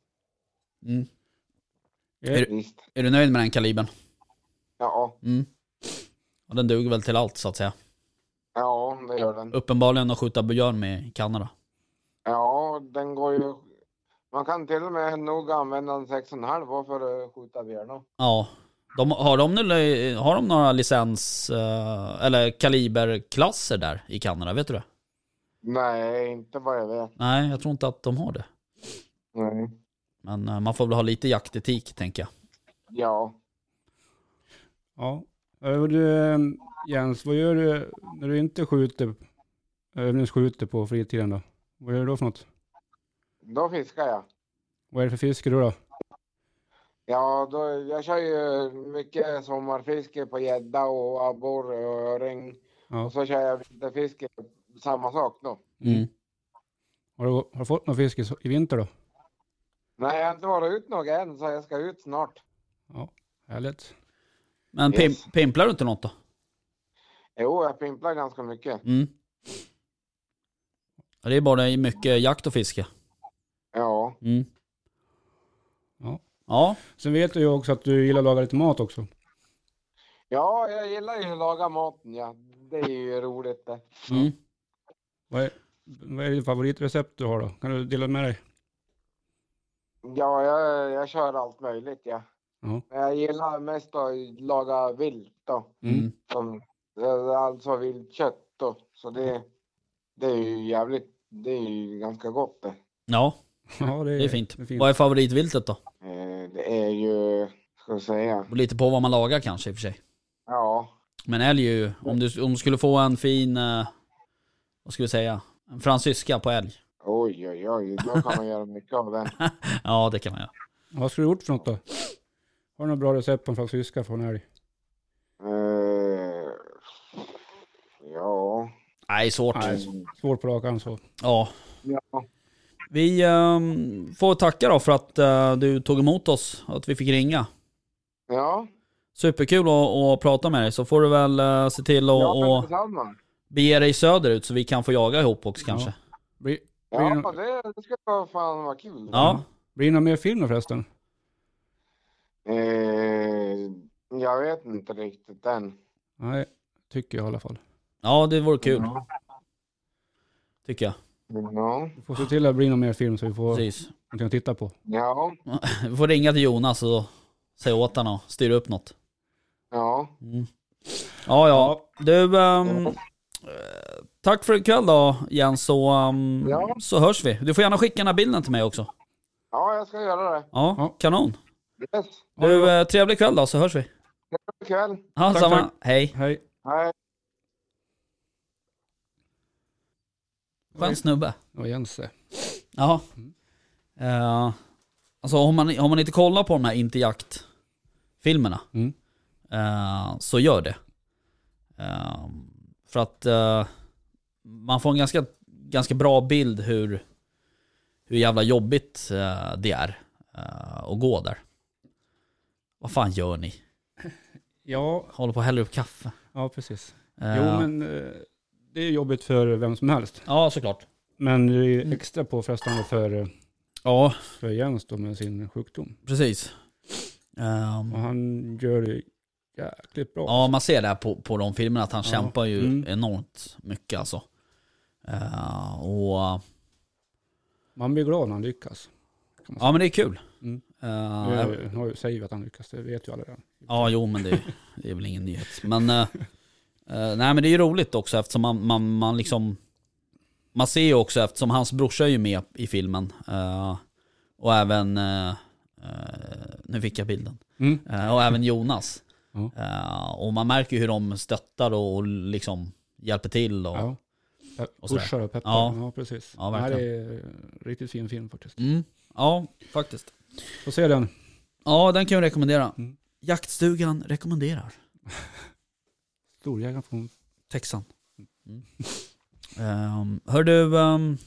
Speaker 1: Mm.
Speaker 2: Är-
Speaker 3: visst.
Speaker 1: Är du nöjd med den kalibern?
Speaker 3: Ja,
Speaker 1: Mm. Ja, den duger väl till allt så att säga.
Speaker 3: ja, det gör den.
Speaker 1: Uppenbarligen att skjuta björn med i Kanada.
Speaker 3: Ja, den går ju... Man kan till och med nog använda en 6,5 för att skjuta björn.
Speaker 1: Ja. De, har, de, nu- har de några licens eh, eller kaliberklasser där i Kanada? Vet du det?
Speaker 3: Nej, inte vad jag vet.
Speaker 1: Nej, jag tror inte att de har det.
Speaker 3: Nej.
Speaker 1: Men eh, man får väl ha lite jaktetik tänker jag.
Speaker 3: Ja.
Speaker 2: Ja. Eh, och Du, eh, Jens, vad gör du när du inte skjuter, eh, övningsskjuter på fritiden då? Vad gör du då för något?
Speaker 3: Då fiskar jag.
Speaker 2: Vad är det för fiske då? då?
Speaker 3: Ja, då, jag kör ju mycket sommarfiske på gädda och abborre och öring.
Speaker 2: Ja.
Speaker 3: Och så kör jag vinterfiske, samma sak då.
Speaker 1: Mm.
Speaker 2: Har, du, har du fått någon fisk i, so- i vinter då?
Speaker 3: Nej, jag har inte varit ut något än så jag ska ut snart.
Speaker 2: Härligt.
Speaker 1: Men pim,
Speaker 3: Yes.
Speaker 1: pimplar du inte något då?
Speaker 3: Jo, jag pimplar ganska mycket.
Speaker 1: Mm. Ja, Det är bara mycket jakt och fiske.
Speaker 3: Ja,
Speaker 1: Mm.
Speaker 2: Ja.
Speaker 1: Ja,
Speaker 2: Sen vet jag ju också att du gillar att laga lite mat också.
Speaker 3: ja jag gillar ju att laga maten. Ja. Det är ju roligt det.
Speaker 1: mm.
Speaker 2: Vad är, vad är ditt favoritrecept du har då? Kan du dela med dig?
Speaker 3: Ja, jag, jag kör allt möjligt. Ja.
Speaker 2: Ja.
Speaker 3: Men jag gillar mest att laga vilt. Då,
Speaker 1: Mm.
Speaker 3: som, alltså viltkött. Då. Så det, det är ju jävligt... Det är ju ganska gott det.
Speaker 1: ja
Speaker 2: Ja,
Speaker 1: det är fint.
Speaker 2: Det är
Speaker 1: Vad är favoritviltet då?
Speaker 3: Eh, Det är ju... Ska jag säga?
Speaker 1: Och Lite på vad man lagar kanske i och för sig.
Speaker 3: Ja.
Speaker 1: Men älg är ju, om du, om du skulle få en fin, eh, vad ska vi säga, en fransyska på älg.
Speaker 3: Oj, oj, oj. Då kan man göra mycket av den.
Speaker 1: Ja det kan man göra.
Speaker 2: Vad ska du gjort för något då? Har du något bra recept på en fransyska från älg?
Speaker 3: Eh, ja.
Speaker 1: Nej svårt.
Speaker 2: Nej. Svårt på rak arm så.
Speaker 1: Ja.
Speaker 3: ja.
Speaker 1: Vi eh, får tacka då för att eh, du tog emot oss, att vi fick ringa.
Speaker 3: Ja,
Speaker 1: Superkul att, att prata med dig, så får du väl eh, se till att
Speaker 3: ja men
Speaker 1: att
Speaker 3: detsamma.
Speaker 1: bege dig söderut så vi kan få jaga ihop också kanske.
Speaker 2: Blir, blir, det
Speaker 3: Ja,
Speaker 2: nå-
Speaker 3: det, det skulle vara fan vara kul.
Speaker 1: Mm. Ja,
Speaker 2: blir det någon mer film då förresten?
Speaker 3: Eh, jag vet inte riktigt än.
Speaker 2: Nej, tycker jag i alla fall.
Speaker 1: ja det vore kul tycker jag.
Speaker 3: Ja,
Speaker 2: Vi får se till att det blir någon mer film så vi får
Speaker 1: Precis.
Speaker 2: någonting att titta på.
Speaker 3: ja,
Speaker 1: Vi får ringa till Jonas och säga åt honom och styra upp något.
Speaker 3: ja.
Speaker 1: Ja, ja. Du, ehm, eh, tack för ikväll då Jens, så, ehm,
Speaker 3: Ja.
Speaker 1: så hörs vi. Du får gärna skicka den här bilden till mig också.
Speaker 3: Ja, jag ska göra det.
Speaker 1: Ja,
Speaker 2: Ja.
Speaker 1: kanon.
Speaker 3: Yes.
Speaker 1: Du, eh, trevlig kväll då, så hörs vi.
Speaker 3: God kväll.
Speaker 1: Ja,
Speaker 2: Tack,
Speaker 1: samma.
Speaker 2: tack.
Speaker 1: Hej.
Speaker 2: Hej.
Speaker 3: Hej.
Speaker 1: Skön snubbe.
Speaker 2: Och Jens. det.
Speaker 1: Ja. Eh, alltså om man, om man inte kollar på de här Inte jakt-filmerna
Speaker 2: Mm.
Speaker 1: eh, så gör det. Eh, för att eh, man får en ganska, ganska bra bild hur, hur jävla jobbigt eh, det är eh, att gå där. Vad fan gör ni?
Speaker 2: Ja,
Speaker 1: Håller på att hälla upp kaffe.
Speaker 2: ja precis.
Speaker 1: Eh,
Speaker 2: Jo men eh, det är jobbigt för vem som helst.
Speaker 1: Ja såklart.
Speaker 2: Men det är ju extra påfrestande för, eh,
Speaker 1: Ja
Speaker 2: för Jens då med sin sjukdom.
Speaker 1: Mm. precis. Eh,
Speaker 2: Och han gör det jäkligt bra.
Speaker 1: Ja, man ser det här på, på de filmerna att han
Speaker 2: Ja.
Speaker 1: kämpar ju
Speaker 2: Mm.
Speaker 1: enormt mycket alltså. Eh, och
Speaker 2: Man blir glad när han lyckas.
Speaker 1: Ja men det är kul.
Speaker 2: Mm.
Speaker 1: Eh,
Speaker 2: Ja, jag, jag säger ju att han lyckas, det vet ju alla redan.
Speaker 1: Ja, jo men det, det är väl ingen nyhet. Men, eh, eh, nej, men det är ju roligt också eftersom man, man, man liksom... Man ser ju också eftersom hans brorsa är ju med i filmen. eh, och även... eh, eh, nu fick jag bilden.
Speaker 2: Mm.
Speaker 1: Eh, och även Jonas.
Speaker 2: Ja.
Speaker 1: Eh, och man märker ju hur de stöttar och, och liksom hjälper till. Och,
Speaker 2: Ja.
Speaker 1: Och sådär.
Speaker 2: Pushar och peppar.
Speaker 1: Ja.
Speaker 2: Ja, precis.
Speaker 1: Ja,
Speaker 2: det här
Speaker 1: verkligen.
Speaker 2: är en riktigt fin film faktiskt.
Speaker 1: Mm, ja, faktiskt.
Speaker 2: Får se den.
Speaker 1: Ja, den kan jag rekommendera.
Speaker 2: Mm.
Speaker 1: Jaktstugan rekommenderar.
Speaker 2: Storjägaren från...
Speaker 1: Texan. Mm. Ehm, hör du, ehm,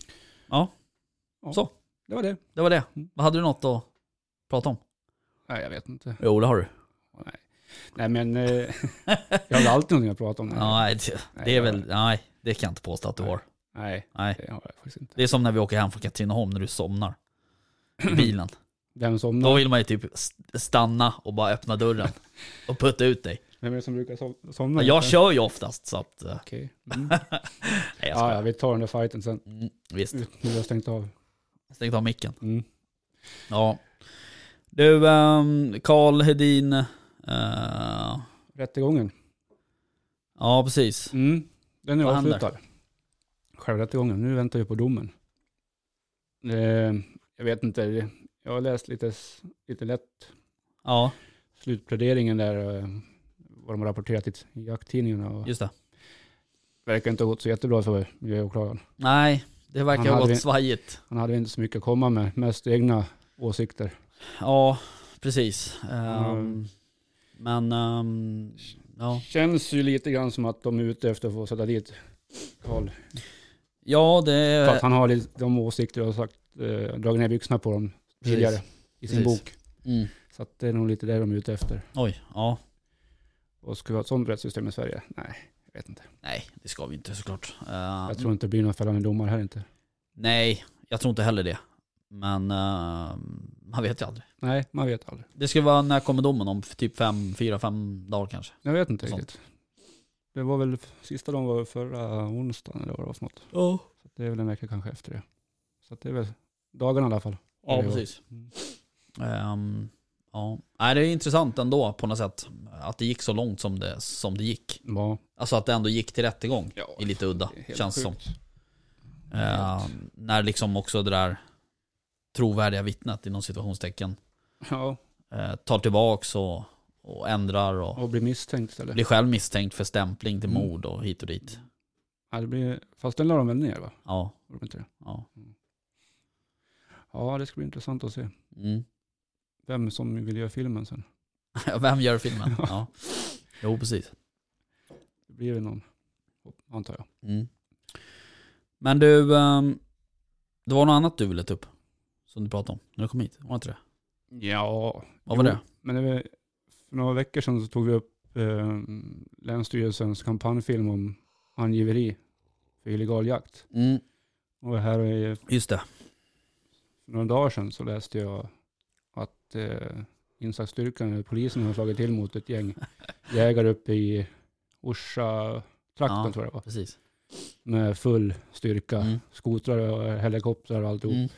Speaker 2: Det var det.
Speaker 1: det var det.
Speaker 2: Mm.
Speaker 1: Vad hade du något att prata om?
Speaker 2: Nej, jag vet inte.
Speaker 1: Jo, det har du.
Speaker 2: Nej, men eh, jag har alltid någonting att prata om.
Speaker 1: Nej, det, det är väl, nej, det kan jag inte påstå att du har.
Speaker 2: Nej,
Speaker 1: Nej.
Speaker 2: det har jag faktiskt inte.
Speaker 1: Det är som när vi åker hem från Katrineholm när du somnar i bilen.
Speaker 2: Vem somnar?
Speaker 1: Då vill man ju typ st- stanna och bara öppna dörren och putta ut dig.
Speaker 2: Vem är det som brukar som- somna?
Speaker 1: Men jag kör ju oftast så att, eh,
Speaker 2: Okej. Mm.
Speaker 1: nej jag
Speaker 2: Ja, ja,
Speaker 1: skojar.
Speaker 2: vi tar den där fighten sen.
Speaker 1: Mm, Visst,
Speaker 2: Ut, nu har jag stängt av.
Speaker 1: stängt av micken.
Speaker 2: Mm.
Speaker 1: Ja. Du, ehm, Karl Hedin, eh,
Speaker 2: Rättegången.
Speaker 1: ja precis.
Speaker 2: Mm. Den är
Speaker 1: Vad händer?
Speaker 2: avslutad. Själva rättegången. Nu väntar vi på domen. Eh, jag vet inte. det- Jag har läst lite, s- lite lätt
Speaker 1: Ja,
Speaker 2: slutpläderingen där. Eh, vad de har rapporterat i t- i jakttidningarna. Och
Speaker 1: just det.
Speaker 2: verkar inte ha gått så jättebra för miljöåklagaren.
Speaker 1: Nej, det verkar
Speaker 2: Han
Speaker 1: ha
Speaker 2: hade
Speaker 1: gått
Speaker 2: ju-
Speaker 1: svajigt.
Speaker 2: Han hade inte så mycket att komma med. Mest egna åsikter.
Speaker 1: Ja, precis. Ehm,
Speaker 2: Mm.
Speaker 1: Men, ehm, ja.
Speaker 2: Känns ju lite grann som att de är ute efter att få sätta dit Karl.
Speaker 1: Eh. Ja,
Speaker 2: För att
Speaker 1: det...
Speaker 2: han har lite de åsikter och har sagt, eh, dragit ner byxorna på dem tidigare i sin
Speaker 1: Precis.
Speaker 2: bok.
Speaker 1: Mm.
Speaker 2: Så att det är nog lite det de är ute efter.
Speaker 1: Oj, ja.
Speaker 2: Och ska vi ha ett sånt rättssystem i Sverige? Nej, jag vet inte.
Speaker 1: Nej, det ska vi inte såklart. Ehm,
Speaker 2: Jag tror inte det blir några fällande domar här inte.
Speaker 1: Nej, jag tror inte heller det. Men ehm, man vet ju aldrig.
Speaker 2: Nej, man vet aldrig.
Speaker 1: Det ska vara när kommer domen om typ fem, fyra, fem dagar kanske.
Speaker 2: Jag vet inte
Speaker 1: Sånt.
Speaker 2: riktigt. Det var väl, sista dagen var väl förra onsdagen eller vad det var för något.
Speaker 1: Ja,
Speaker 2: Så att det är väl en vecka kanske efter det. Så att det är väl dagarna i alla fall.
Speaker 1: ja precis.
Speaker 2: Mm.
Speaker 1: Ehm, ja. Nej, det är intressant ändå på något sätt att det gick så långt som det, som det gick.
Speaker 2: Ja.
Speaker 1: Alltså att det ändå gick till rättegång.
Speaker 2: ja.
Speaker 1: är lite udda,
Speaker 2: det är helt
Speaker 1: känns som.
Speaker 2: sjukt.
Speaker 1: Eh, när liksom också det där trovärdiga vittnet inom situationstecken
Speaker 2: Ja,
Speaker 1: eh, tar tillbaks och, och ändrar och
Speaker 2: och bli misstänkt istället.
Speaker 1: blir själv misstänkt för stämpling till
Speaker 2: Mm.
Speaker 1: mord och hit och dit.
Speaker 2: Ja, det blir, fast den la de väl ner va?
Speaker 1: Ja,
Speaker 2: Gjorde de inte det?
Speaker 1: ja.
Speaker 2: Ja, det ska bli intressant att se
Speaker 1: Mm.
Speaker 2: vem som vill göra filmen sen.
Speaker 1: Vem gör filmen? Ja. Jo, precis.
Speaker 2: Det blir väl någon, antar jag.
Speaker 1: Mm. Men du, ehm, det var något annat du ville ta upp som du pratade om när du kom hit, var det inte det?
Speaker 2: Ja,
Speaker 1: Vad var
Speaker 2: Jo.
Speaker 1: det?
Speaker 2: men det var, för några veckor sedan så tog vi upp eh, Länsstyrelsens kampanjfilm om angiveri för illegal jakt.
Speaker 1: Mm.
Speaker 2: Och här i,
Speaker 1: Just det.
Speaker 2: för några dagar sedan så läste jag att eh, insatsstyrkan, eller polisen, har slagit till mot ett gäng jägare uppe i Orsa trakten
Speaker 1: Ja.
Speaker 2: tror jag det var.
Speaker 1: Precis.
Speaker 2: Med full styrka.
Speaker 1: Mm.
Speaker 2: skotrar och helikoptrar och alltihop.
Speaker 1: Mm.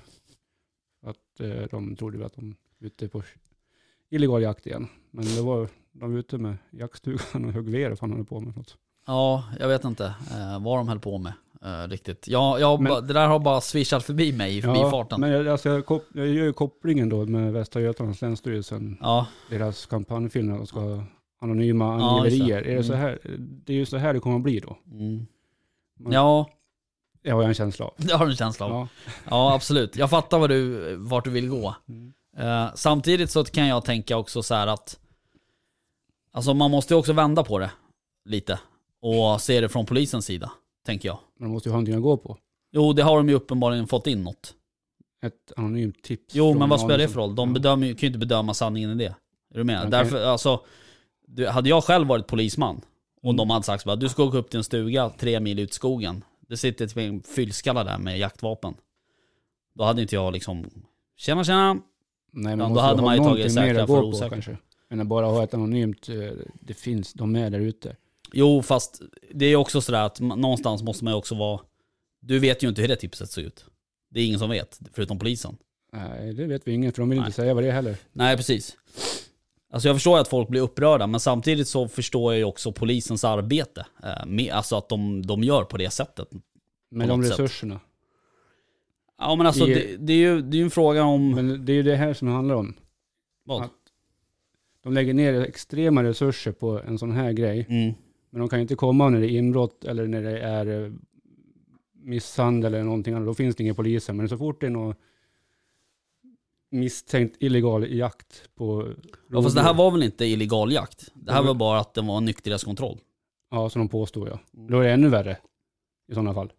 Speaker 2: Att, eh, de trodde väl att de var ute på illegal jakt igen. Men det var, de var ute med jaktstugan och högg ved och fan höll på med för något.
Speaker 1: Ja, jag vet inte eh, vad de höll på med eh, riktigt. Jag, jag, har
Speaker 2: Men-
Speaker 1: bara- det där har bara swishat förbi mig i förbifarten.
Speaker 2: men jag, alltså, jag, kop- jag gör ju kopplingen då med Västra Götalands länsstyrelsen,
Speaker 1: Ja,
Speaker 2: deras kampanjfilm där de ska ha anonyma
Speaker 1: Ja, just det.
Speaker 2: angiverier. Är det, så
Speaker 1: Mm.
Speaker 2: här, det är ju så här det kommer att bli då.
Speaker 1: mm.
Speaker 2: Man-
Speaker 1: ja
Speaker 2: Det har jag en känsla av.
Speaker 1: det har du en känsla av. Ja.
Speaker 2: Ja.
Speaker 1: absolut. Jag fattar vad du, vart du vill gå.
Speaker 2: Mm.
Speaker 1: Eh, samtidigt så kan jag tänka också så här att Alltså man måste ju också vända på det lite och se det från polisens sida, tänker jag.
Speaker 2: Men de måste ju ha någonting att gå på.
Speaker 1: Jo, det har de ju uppenbarligen fått in något.
Speaker 2: Ett anonymt tips.
Speaker 1: Jo,
Speaker 2: från
Speaker 1: men vad
Speaker 2: någon
Speaker 1: spelar det
Speaker 2: som-
Speaker 1: för roll? De
Speaker 2: Ja.
Speaker 1: bedömer, ju- kan ju inte bedöma sanningen i det. Är du med?
Speaker 2: Okej.
Speaker 1: Därför, alltså, du, hade jag själv varit polisman och de hade sagt så bara, du ska åka upp till en stuga tre mil ut i skogen. Det sitter ett gäng fyllskallar där med jaktvapen. Då hade inte jag liksom, tjena tjena.
Speaker 2: Nej,
Speaker 1: Ja,
Speaker 2: men
Speaker 1: då
Speaker 2: måste
Speaker 1: hade
Speaker 2: ha
Speaker 1: man ju tagit
Speaker 2: någonting mer
Speaker 1: säkra
Speaker 2: att
Speaker 1: för
Speaker 2: gå
Speaker 1: osäkra.
Speaker 2: På, kanske. Men att bara ha ett anonymt, eh, det finns, de är där ute.
Speaker 1: Jo, fast det är ju också sådär att man- någonstans måste man ju också vara, du vet ju inte hur det tipset såg ut. Det är ingen som vet, förutom polisen.
Speaker 2: Nej, det vet vi inget för de vill
Speaker 1: Nej.
Speaker 2: inte säga vad det är heller.
Speaker 1: Nej, precis. Alltså jag förstår ju att folk blir upprörda, men samtidigt så förstår jag ju också polisens arbete. Eh, med, alltså att de, de gör på det sättet.
Speaker 2: Med
Speaker 1: På
Speaker 2: de
Speaker 1: något sätt.
Speaker 2: resurserna.
Speaker 1: Ja men alltså
Speaker 2: I-
Speaker 1: det, det är ju det är ju en fråga om...
Speaker 2: Men det är ju det här som det handlar om.
Speaker 1: vad?
Speaker 2: De lägger ner extrema resurser på en sån här grej.
Speaker 1: Mm,
Speaker 2: Men de kan ju inte komma när det är inbrott eller när det är eh, misshandel eller någonting annat. Då finns det ingen poliser. Men så fort det är någon misstänkt illegal jakt på
Speaker 1: ja, fast det här
Speaker 2: rovdjur,
Speaker 1: var väl inte illegal jakt? Det här
Speaker 2: Det var-
Speaker 1: var bara att det var en nykterhetskontroll.
Speaker 2: Ja, som de påstår ja. Då är det ännu värre i sådana fall.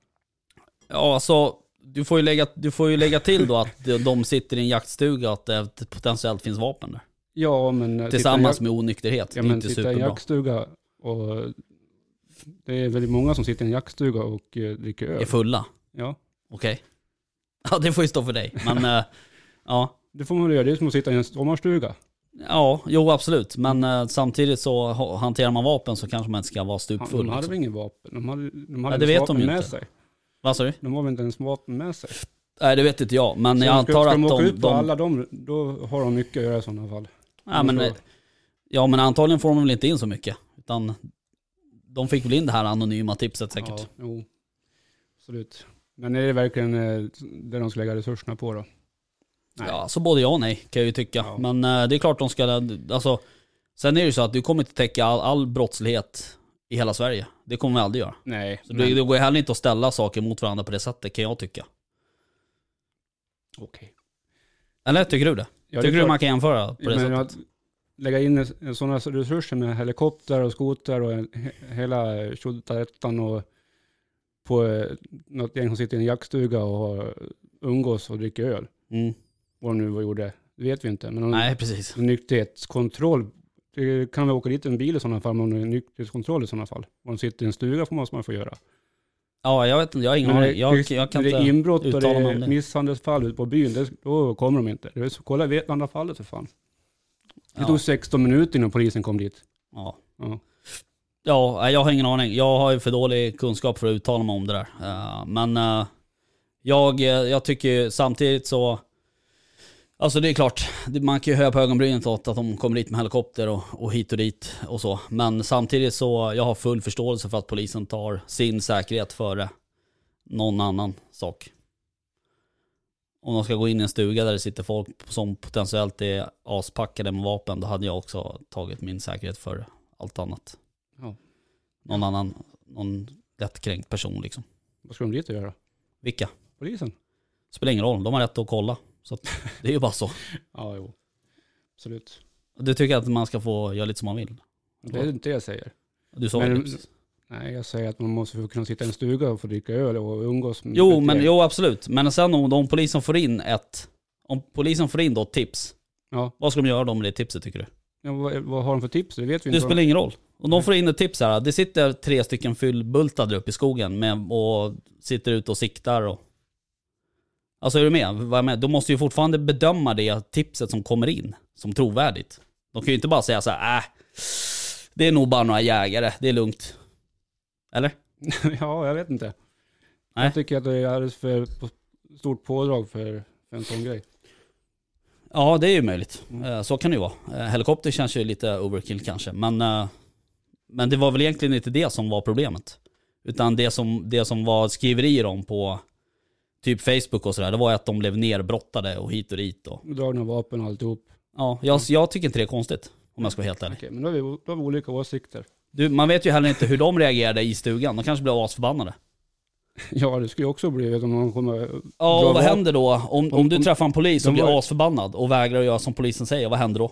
Speaker 1: Ja alltså, du får ju lägga, du får ju lägga till då att de- de sitter i en jaktstuga och att det potentiellt finns vapen där.
Speaker 2: Ja, men... eh,
Speaker 1: Tillsammans
Speaker 2: titta,
Speaker 1: med onykterhet.
Speaker 2: ja,
Speaker 1: det är
Speaker 2: men
Speaker 1: inte
Speaker 2: sitta i en
Speaker 1: superbra.
Speaker 2: jaktstuga och eh, det är väldigt många som sitter i en jaktstuga och eh, dricker
Speaker 1: Är
Speaker 2: öl.
Speaker 1: fulla.
Speaker 2: Ja,
Speaker 1: Okej. Ja det får ju stå för dig. Men eh, ja.
Speaker 2: det får man väl göra. Det är som att sitta i en sommarstuga.
Speaker 1: Ja, jo absolut. Men eh, samtidigt så ha- hanterar man vapen så kanske man inte ska vara
Speaker 2: Han-
Speaker 1: stupfull.
Speaker 2: De hade
Speaker 1: också.
Speaker 2: väl ingen vapen? De hade, de
Speaker 1: liksom. Ja,
Speaker 2: hade
Speaker 1: det
Speaker 2: ens
Speaker 1: vet de
Speaker 2: vapen
Speaker 1: ju
Speaker 2: med
Speaker 1: inte.
Speaker 2: sig.
Speaker 1: Vad sa du?
Speaker 2: De har väl inte ens vapen med sig.
Speaker 1: Nej det vet inte jag. Men
Speaker 2: Så
Speaker 1: jag antar
Speaker 2: ska, ska
Speaker 1: att
Speaker 2: de åka
Speaker 1: de...
Speaker 2: ut på
Speaker 1: de
Speaker 2: alla de, då har de mycket att göra i sådana fall.
Speaker 1: ja, men,
Speaker 2: Så-
Speaker 1: eh, ja men antagligen får de väl inte in så mycket. Utan de fick väl in det här anonyma tipset säkert.
Speaker 2: Ja, jo. Absolut. Men är det verkligen eh, det de ska lägga resurserna på då? Nej.
Speaker 1: Ja, så både ja och nej kan jag ju tycka.
Speaker 2: Ja.
Speaker 1: Men eh, det är klart de ska, alltså, sen är det ju så att du kommer inte täcka all, all brottslighet i hela Sverige. Det kommer vi aldrig göra.
Speaker 2: Nej.
Speaker 1: Så
Speaker 2: men-
Speaker 1: det, det går ju heller inte att ställa saker mot varandra på det sättet kan jag tycka.
Speaker 2: Okej.
Speaker 1: Eller tycker du det?
Speaker 2: Ja, det är
Speaker 1: tycker du
Speaker 2: klart.
Speaker 1: man kan jämföra på det
Speaker 2: Men
Speaker 1: sättet?
Speaker 2: att lägga in sådana resurser med helikopter och skoter och en, he, hela eh, tjottarettan och på eh, något gäng som sitter i en jaktstuga och har, umgås och dricker öl.
Speaker 1: Mm.
Speaker 2: Vad de nu gjorde, det vet vi inte. Men om-
Speaker 1: Nej precis.
Speaker 2: nykterhetskontroll. Det kan väl åka dit en bil i sådana fall, men det är nykterhetskontroll i sådana fall. Om de sitter i en stuga får man, måste man få göra.
Speaker 1: Ja jag vet inte, jag har ingen
Speaker 2: Men det-
Speaker 1: aning. Jag, jag kan
Speaker 2: när det är
Speaker 1: inte...
Speaker 2: inbrott och det
Speaker 1: uttala mig om
Speaker 2: är
Speaker 1: det.
Speaker 2: misshandelsfall ute på byn, det, då kommer de inte. Det är så, kolla Vetlanda-fallet för fan. Det
Speaker 1: Ja,
Speaker 2: tog 16 minuter innan polisen kom dit.
Speaker 1: ja.
Speaker 2: Ja.
Speaker 1: ja, nej, jag har ingen aning. Jag har ju för dålig kunskap för att uttala mig om det där. Eh, men eh, jag, eh, jag tycker ju samtidigt så... Alltså det är klart, det- man kan ju höja på ögonbrynet åt att de kommer dit med helikopter och, och hit och dit och så. Men samtidigt så, jag har full förståelse för att polisen tar sin säkerhet före någon annan sak. Om de ska gå in i en stuga där det sitter folk som potentiellt är aspackade med vapen, då hade jag också tagit min säkerhet för allt annat.
Speaker 2: Ja.
Speaker 1: Någon annan, någon lättkränkt person liksom.
Speaker 2: Vad ska de dit och göra?
Speaker 1: Vilka?
Speaker 2: Polisen?
Speaker 1: Spelar ingen roll, de har rätt att kolla. Så att, det är ju bara så.
Speaker 2: Ja, jo. Absolut.
Speaker 1: Du tycker att man ska få göra lite som man vill?
Speaker 2: Det är inte det jag säger.
Speaker 1: Du sa
Speaker 2: Men-
Speaker 1: det precis.
Speaker 2: Nej, jag säger att man måste få kunna sitta i en stuga och få dricka öl och umgås. med-
Speaker 1: Jo, men, jo absolut. Men sen om, om polisen får in ett, om polisen får in då ett tips,
Speaker 2: Ja,
Speaker 1: vad ska de göra då med det tipset tycker du?
Speaker 2: ja vad, vad har de för tips? Det vet vi
Speaker 1: Det
Speaker 2: inte.
Speaker 1: spelar ingen roll. Om de får in ett tips här, det sitter tre stycken fyllbultar där uppe i skogen med, och sitter ute och siktar och... Alltså är du med? Vad är jag med? De måste ju fortfarande bedöma det tipset som kommer in som trovärdigt. De kan ju inte bara säga så här, äh, det är nog bara några jägare, det är lugnt. Eller?
Speaker 2: ja, jag vet inte.
Speaker 1: Nej.
Speaker 2: Jag tycker att det är alldeles för på- stort pådrag för, för en sån grej.
Speaker 1: Ja, det är ju möjligt. Eh, Så kan det ju vara. Eh, Helikopter känns ju lite overkill kanske. Men, eh, men det var väl egentligen inte det som var problemet. Utan det som, det som var skriverier om på typ Facebook och sådär, det var ju att de blev nerbrottade och hit och dit. Och,
Speaker 2: Dragna vapen och alltihop.
Speaker 1: ja, jag, jag tycker inte det är konstigt, om jag ska vara helt ärlig.
Speaker 2: Okej, men då har, vi, då har vi olika åsikter.
Speaker 1: Du, man vet ju heller inte hur de reagerade i stugan. De kanske blev asförbannade.
Speaker 2: Ja, det skulle ju också bli om någon kommer...
Speaker 1: Ja,
Speaker 2: dra
Speaker 1: och vad
Speaker 2: vap-
Speaker 1: händer då? Om, om du
Speaker 2: om-
Speaker 1: träffar en polis som
Speaker 2: de var-
Speaker 1: blir asförbannad och vägrar att göra som polisen säger, vad händer då?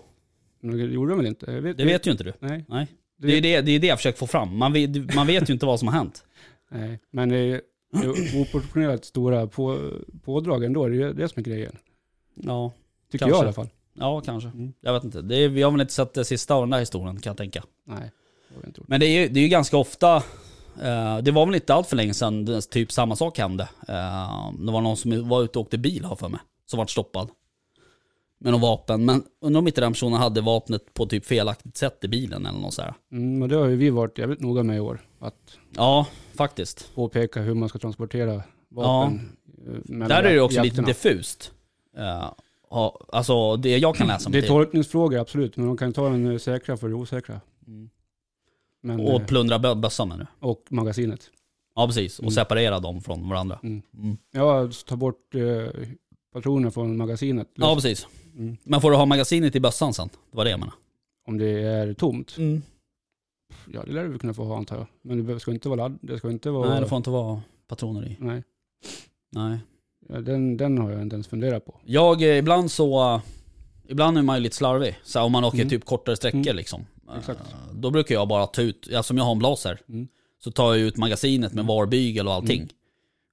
Speaker 2: Men det gjorde de väl inte? Jag Vet,
Speaker 1: Det vet ju inte du.
Speaker 2: Nej,
Speaker 1: Nej.
Speaker 2: Det-
Speaker 1: Det är det, det är det jag försöker få fram. Man vet, man vet ju inte vad som har hänt.
Speaker 2: nej. Men det är det är oproportionerligt stora på, pådrag ändå. Det är ju det som är grejen.
Speaker 1: Ja,
Speaker 2: Tycker
Speaker 1: Kanske.
Speaker 2: jag i alla fall.
Speaker 1: ja kanske.
Speaker 2: Mm.
Speaker 1: Jag vet inte. Det är, jag har väl inte sett det sista av den där historien kan jag tänka.
Speaker 2: Nej, det har vi inte gjort.
Speaker 1: Men det är ju, det är ju ganska ofta, eh, det var väl inte allt för länge sedan det- typ samma sak hände. Eh, det var någon som var ute och åkte bil har jag för mig, som vart stoppad. Med något vapen. Men undrar om inte den personen hade vapnet på typ felaktigt sätt i bilen eller något så här.
Speaker 2: Mm, men det har ju vi varit jävligt noga med i år. Att
Speaker 1: Ja, faktiskt.
Speaker 2: påpeka hur man ska transportera vapen eh, mellan
Speaker 1: Där är det också lite
Speaker 2: jakterna.
Speaker 1: diffust. Eh, ha- alltså det jag kan läsa
Speaker 2: Det
Speaker 1: mig
Speaker 2: är
Speaker 1: till.
Speaker 2: tolkningsfrågor absolut, men de kan ta den eh, säkra för det osäkra.
Speaker 1: Mm.
Speaker 2: Men, eh,
Speaker 1: Och plundra bö- bössan menar du?
Speaker 2: och magasinet.
Speaker 1: Ja precis, och
Speaker 2: Mm.
Speaker 1: separera dem från varandra.
Speaker 2: Mm.
Speaker 1: Mm.
Speaker 2: Ja, ta bort eh, patroner från magasinet.
Speaker 1: Ja precis.
Speaker 2: Mm.
Speaker 1: Men får du ha magasinet i bössan sen? Det var det jag menade.
Speaker 2: Om det är tomt. Ja, det lär du väl kunna få ha antar jag. Men det behöver- ska inte vara ladd. Det ska inte vara...
Speaker 1: Nej det får inte vara patroner i.
Speaker 2: Nej.
Speaker 1: Nej.
Speaker 2: Ja, den, den har jag inte ens funderat på.
Speaker 1: Jag, eh, ibland så, eh, ibland är man ju lite slarvig. Så här, om man åker
Speaker 2: Mm.
Speaker 1: typ kortare sträckor
Speaker 2: Mm.
Speaker 1: liksom. Eh,
Speaker 2: Exakt.
Speaker 1: Då brukar jag bara ta ut, ja, som jag har en blaser,
Speaker 2: Mm.
Speaker 1: så tar jag ut magasinet med var bygel och allting.
Speaker 2: Mm.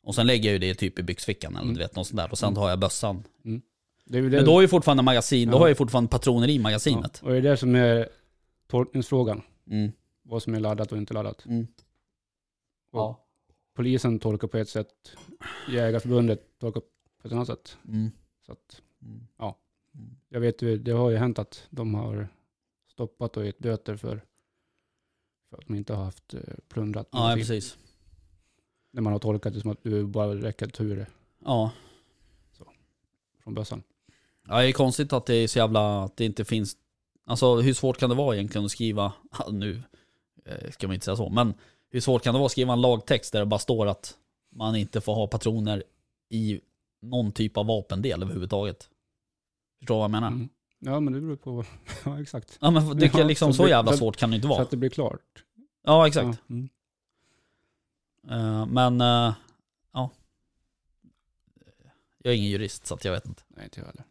Speaker 1: Och sen lägger jag ju det typ i byxfickan eller
Speaker 2: Mm.
Speaker 1: du vet något sånt där. Och sen tar jag bössan.
Speaker 2: Det är ju det,
Speaker 1: Men då är ju fortfarande magasin, då
Speaker 2: Ja.
Speaker 1: har jag ju fortfarande patroner i
Speaker 2: ja,
Speaker 1: magasinet.
Speaker 2: och det är det som är tolkningsfrågan.
Speaker 1: Mm.
Speaker 2: Vad som är laddat och inte laddat.
Speaker 1: Mm.
Speaker 2: Och Polisen tolkar på ett sätt. Jägarförbundet tolkar på ett annat sätt.
Speaker 1: Mm.
Speaker 2: Så att,
Speaker 1: Mm.
Speaker 2: ja.
Speaker 1: Mm.
Speaker 2: Jag vet ju, det har ju hänt att de har stoppat och gett böter för, för att de inte har haft eh, plundrat.
Speaker 1: Ja, ja
Speaker 2: någonting.
Speaker 1: precis.
Speaker 2: När man har tolkat det som att du bara räcker att ta ur det
Speaker 1: Ja.
Speaker 2: från bössan.
Speaker 1: ja, det är konstigt att det är så jävla, att det inte finns, alltså hur svårt kan det vara egentligen att skriva, Ja, nu eh, ska man inte säga så, men hur svårt kan det vara att skriva en lagtext där det bara står att man inte får ha patroner i någon typ av vapendel överhuvudtaget? Förstår du vad jag menar?
Speaker 2: Mm. Ja, men det beror på. ja, exakt.
Speaker 1: Ja men det
Speaker 2: Ja,
Speaker 1: kan liksom
Speaker 2: så
Speaker 1: så
Speaker 2: det-
Speaker 1: jävla
Speaker 2: så-
Speaker 1: svårt kan det inte
Speaker 2: Så
Speaker 1: vara.
Speaker 2: att det blir klart.
Speaker 1: Ja exakt.
Speaker 2: Ja, mm.
Speaker 1: Eh, Men, eh, ja. Jag är ingen jurist så att jag vet inte.
Speaker 2: Nej, inte jag heller.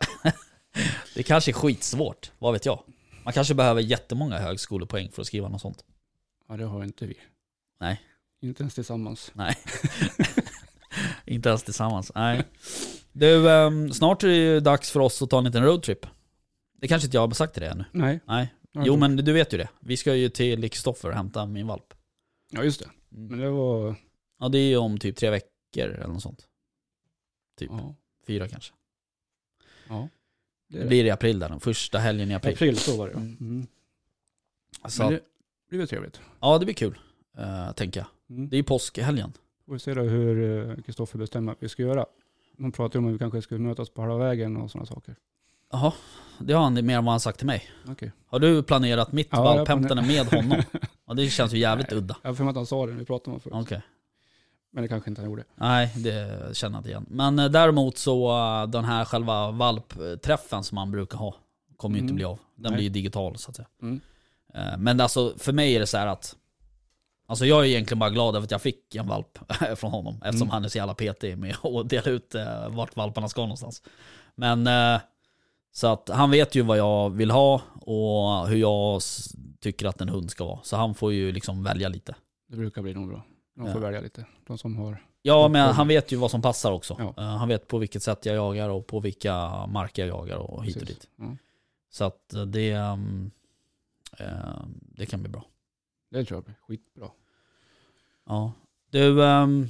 Speaker 1: Det kanske är skitsvårt, vad vet jag. Man kanske behöver jättemånga högskolepoäng för att skriva något sånt.
Speaker 2: Ja, det har inte vi.
Speaker 1: Nej.
Speaker 2: Inte ens tillsammans.
Speaker 1: Inte ens tillsammans, nej. Du, ehm, snart är det ju dags för oss att ta en liten roadtrip. Det kanske inte jag har sagt till dig ännu.
Speaker 2: Nej.
Speaker 1: Nej.
Speaker 2: Ja,
Speaker 1: Jo
Speaker 2: det-
Speaker 1: men du vet ju det. Vi ska ju till Kristoffer och hämta min valp.
Speaker 2: Ja, just det. Men det var...
Speaker 1: Ja det är ju om typ tre veckor eller något sånt. Typ.
Speaker 2: Ja.
Speaker 1: Fyra kanske.
Speaker 2: ja. Det
Speaker 1: Det
Speaker 2: är det.
Speaker 1: blir i april där, den första helgen i april.
Speaker 2: April, så var det ja. Mm.
Speaker 1: Så,
Speaker 2: Men
Speaker 1: att-
Speaker 2: det blir väl trevligt.
Speaker 1: ja det blir kul, eh, tänker jag.
Speaker 2: Mm.
Speaker 1: Det är ju påskhelgen.
Speaker 2: Får vi se då hur eh, Kristoffer bestämmer att vi ska göra. Man pratar ju om att vi kanske ska mötas på halva vägen och sådana saker.
Speaker 1: Jaha, det har han mer än vad han sagt till mig.
Speaker 2: Okej.
Speaker 1: Har du planerat mitt
Speaker 2: Ja, jag
Speaker 1: valphämtande med honom? Ja, det känns ju jävligt udda.
Speaker 2: Jag har för mig att han sa det när vi pratade om det förut.
Speaker 1: Okej.
Speaker 2: Men det kanske inte han gjorde.
Speaker 1: Nej, det känner jag inte igen. Men eh, däremot så eh, den här själva valpträffen som man brukar ha kommer ju inte
Speaker 2: Mm.
Speaker 1: bli av. Den
Speaker 2: Nej.
Speaker 1: blir ju digital så att säga.
Speaker 2: Mm.
Speaker 1: Eh, Men alltså för mig är det så här att Alltså jag är egentligen bara glad över att jag fick en valp från honom. Eftersom
Speaker 2: Mm.
Speaker 1: han är så jävla petig med att dela ut eh, vart valparna ska någonstans. Men eh, så att han vet ju vad jag vill ha och hur jag s- tycker att en hund ska vara. Så han får ju liksom välja lite.
Speaker 2: Det brukar bli nog bra. De får
Speaker 1: Ja.
Speaker 2: välja lite. De som har...
Speaker 1: Ja,
Speaker 2: Och
Speaker 1: men
Speaker 2: kommer.
Speaker 1: han vet ju vad som passar också.
Speaker 2: Ja.
Speaker 1: Eh, Han vet på vilket sätt jag jagar och på vilka marker jag jagar och hit och
Speaker 2: Precis.
Speaker 1: dit.
Speaker 2: Ja.
Speaker 1: Så att eh, det, ehm, eh, det kan bli bra.
Speaker 2: Det tror jag blir skitbra.
Speaker 1: Ja. Du, ehm,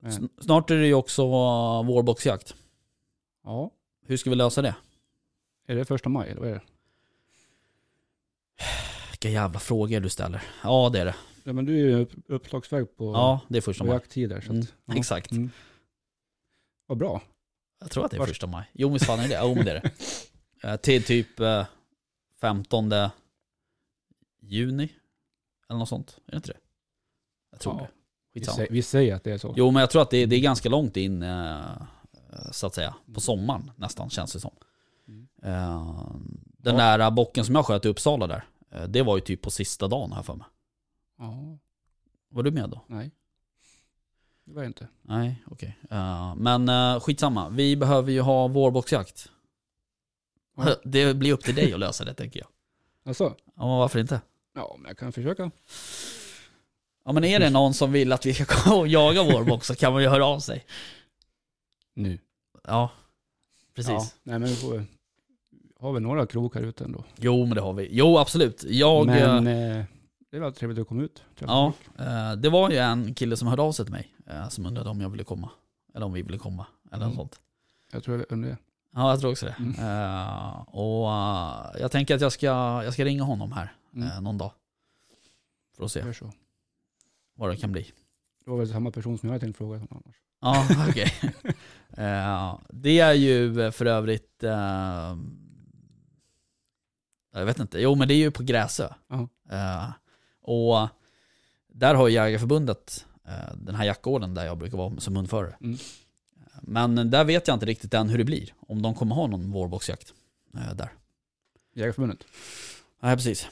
Speaker 2: Men,
Speaker 1: sn- snart är det ju också eh, vårboxjakt.
Speaker 2: ja,
Speaker 1: Hur ska vi lösa det?
Speaker 2: är det första maj eller vad är det?
Speaker 1: Vilka jävla frågor du ställer. Ja, det är det.
Speaker 2: Ja, men du är ju upp- uppslagsverk på,
Speaker 1: Ja, det är första
Speaker 2: på
Speaker 1: maj.
Speaker 2: jakttider. Så att,
Speaker 1: Mm,
Speaker 2: ja.
Speaker 1: Exakt.
Speaker 2: Mm. Vad bra.
Speaker 1: Jag tror att det är
Speaker 2: Vart-
Speaker 1: första maj. Jo, men fan är det. Jo, men det är det. Eh, Till typ eh, 15 juni. Eller något sånt. Är det inte det? Jag tror
Speaker 2: Ja,
Speaker 1: det.
Speaker 2: Vi,
Speaker 1: Skitsamma.
Speaker 2: sä- vi säger att det är så.
Speaker 1: Jo men jag tror att det, det är ganska långt in eh, så att säga. På sommaren nästan känns det som.
Speaker 2: Mm.
Speaker 1: Eh, den
Speaker 2: Ja.
Speaker 1: där bocken som jag sköt i Uppsala där. eh, Det var ju typ på sista dagen här för mig.
Speaker 2: Ja,
Speaker 1: Var du med då?
Speaker 2: nej. Det var jag inte.
Speaker 1: Nej, okej. Eh, men eh, skitsamma. Vi behöver ju ha vårboxjakt.
Speaker 2: Ja.
Speaker 1: Det blir upp till dig att lösa det tänker jag.
Speaker 2: Alltså,
Speaker 1: Ja men varför inte?
Speaker 2: ja, men jag kan försöka.
Speaker 1: Ja men är det någon som vill att vi ska komma och jaga vårbox så kan man ju höra av sig.
Speaker 2: Nu.
Speaker 1: Ja, precis.
Speaker 2: Ja, nej, men vi får, har vi några krokar ute ändå.
Speaker 1: Jo men det har vi. Jo absolut. Jag... eh,
Speaker 2: men eh, det var trevligt att komma ut. träffa
Speaker 1: Ja,
Speaker 2: folk.
Speaker 1: eh, det var ju en kille som hörde av sig till mig eh, som undrade om jag ville komma. Eller om vi ville komma. Eller något
Speaker 2: Mm.
Speaker 1: sånt.
Speaker 2: Jag tror jag undrar det.
Speaker 1: Ja, jag tror också det.
Speaker 2: Mm.
Speaker 1: Eh, och eh, jag tänker att jag ska, jag ska ringa honom här
Speaker 2: Mm.
Speaker 1: eh, någon dag. För att se
Speaker 2: Gör så.
Speaker 1: vad det kan bli.
Speaker 2: Det var väl samma person som jag tänkte fråga honom annars.
Speaker 1: Ja, okej. Eh, det är ju för övrigt... eh, jag vet inte. Jo, men det är ju på Gräsö.
Speaker 2: Ja.
Speaker 1: Eh, och där har ju Jägareförbundet eh, den här jaktgården där jag brukar vara som hundförare.
Speaker 2: Mm.
Speaker 1: Men där vet jag inte riktigt än hur det blir. Om de kommer ha någon vårboxjakt eh, där.
Speaker 2: Jägarförbundet.
Speaker 1: Nej, precis.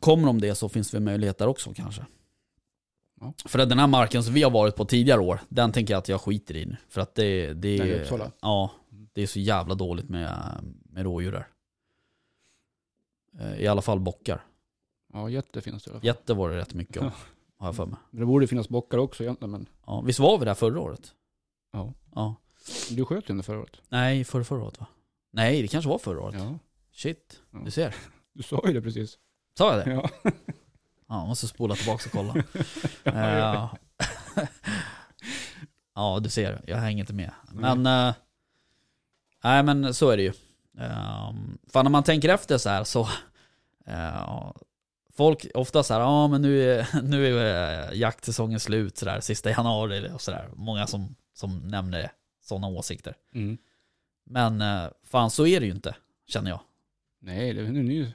Speaker 1: Kommer de det så finns det väl möjlighet där också kanske.
Speaker 2: Ja.
Speaker 1: För att den här marken som vi har varit på tidigare år, den tänker jag att jag skiter i nu. För att det, det,
Speaker 2: Den i Uppsala?
Speaker 1: Ja, det är så jävla dåligt med, med rådjur där. Eh, I alla fall bockar.
Speaker 2: Ja, jätte finns det i alla fall.
Speaker 1: Jätte var det rätt mycket om, har jag för mig.
Speaker 2: Men Det borde ju finnas bockar också egentligen, men
Speaker 1: Ja, visst var vi där förra året?
Speaker 2: Ja.
Speaker 1: ja.
Speaker 2: du sköt ju under förra året.
Speaker 1: Nej, förra, förra året va? Nej, det kanske var förra året.
Speaker 2: Ja.
Speaker 1: Shit,
Speaker 2: Ja.
Speaker 1: du ser.
Speaker 2: Du sa ju det precis.
Speaker 1: Sa jag det?
Speaker 2: Ja.
Speaker 1: Ja, jag måste spola tillbaka och kolla. Eh, ja, du ser. Jag hänger inte med. Men, eh, nej men så är det ju. Eh, för när man tänker efter så här så, eh, folk ofta så här, ja men nu är, nu är eh, jaktsäsongen slut så där, sista januari och så där. Många som, som nämner sådana åsikter.
Speaker 2: Mm.
Speaker 1: Men eh, fan så är det ju inte, känner jag.
Speaker 2: Nej, det är en ny,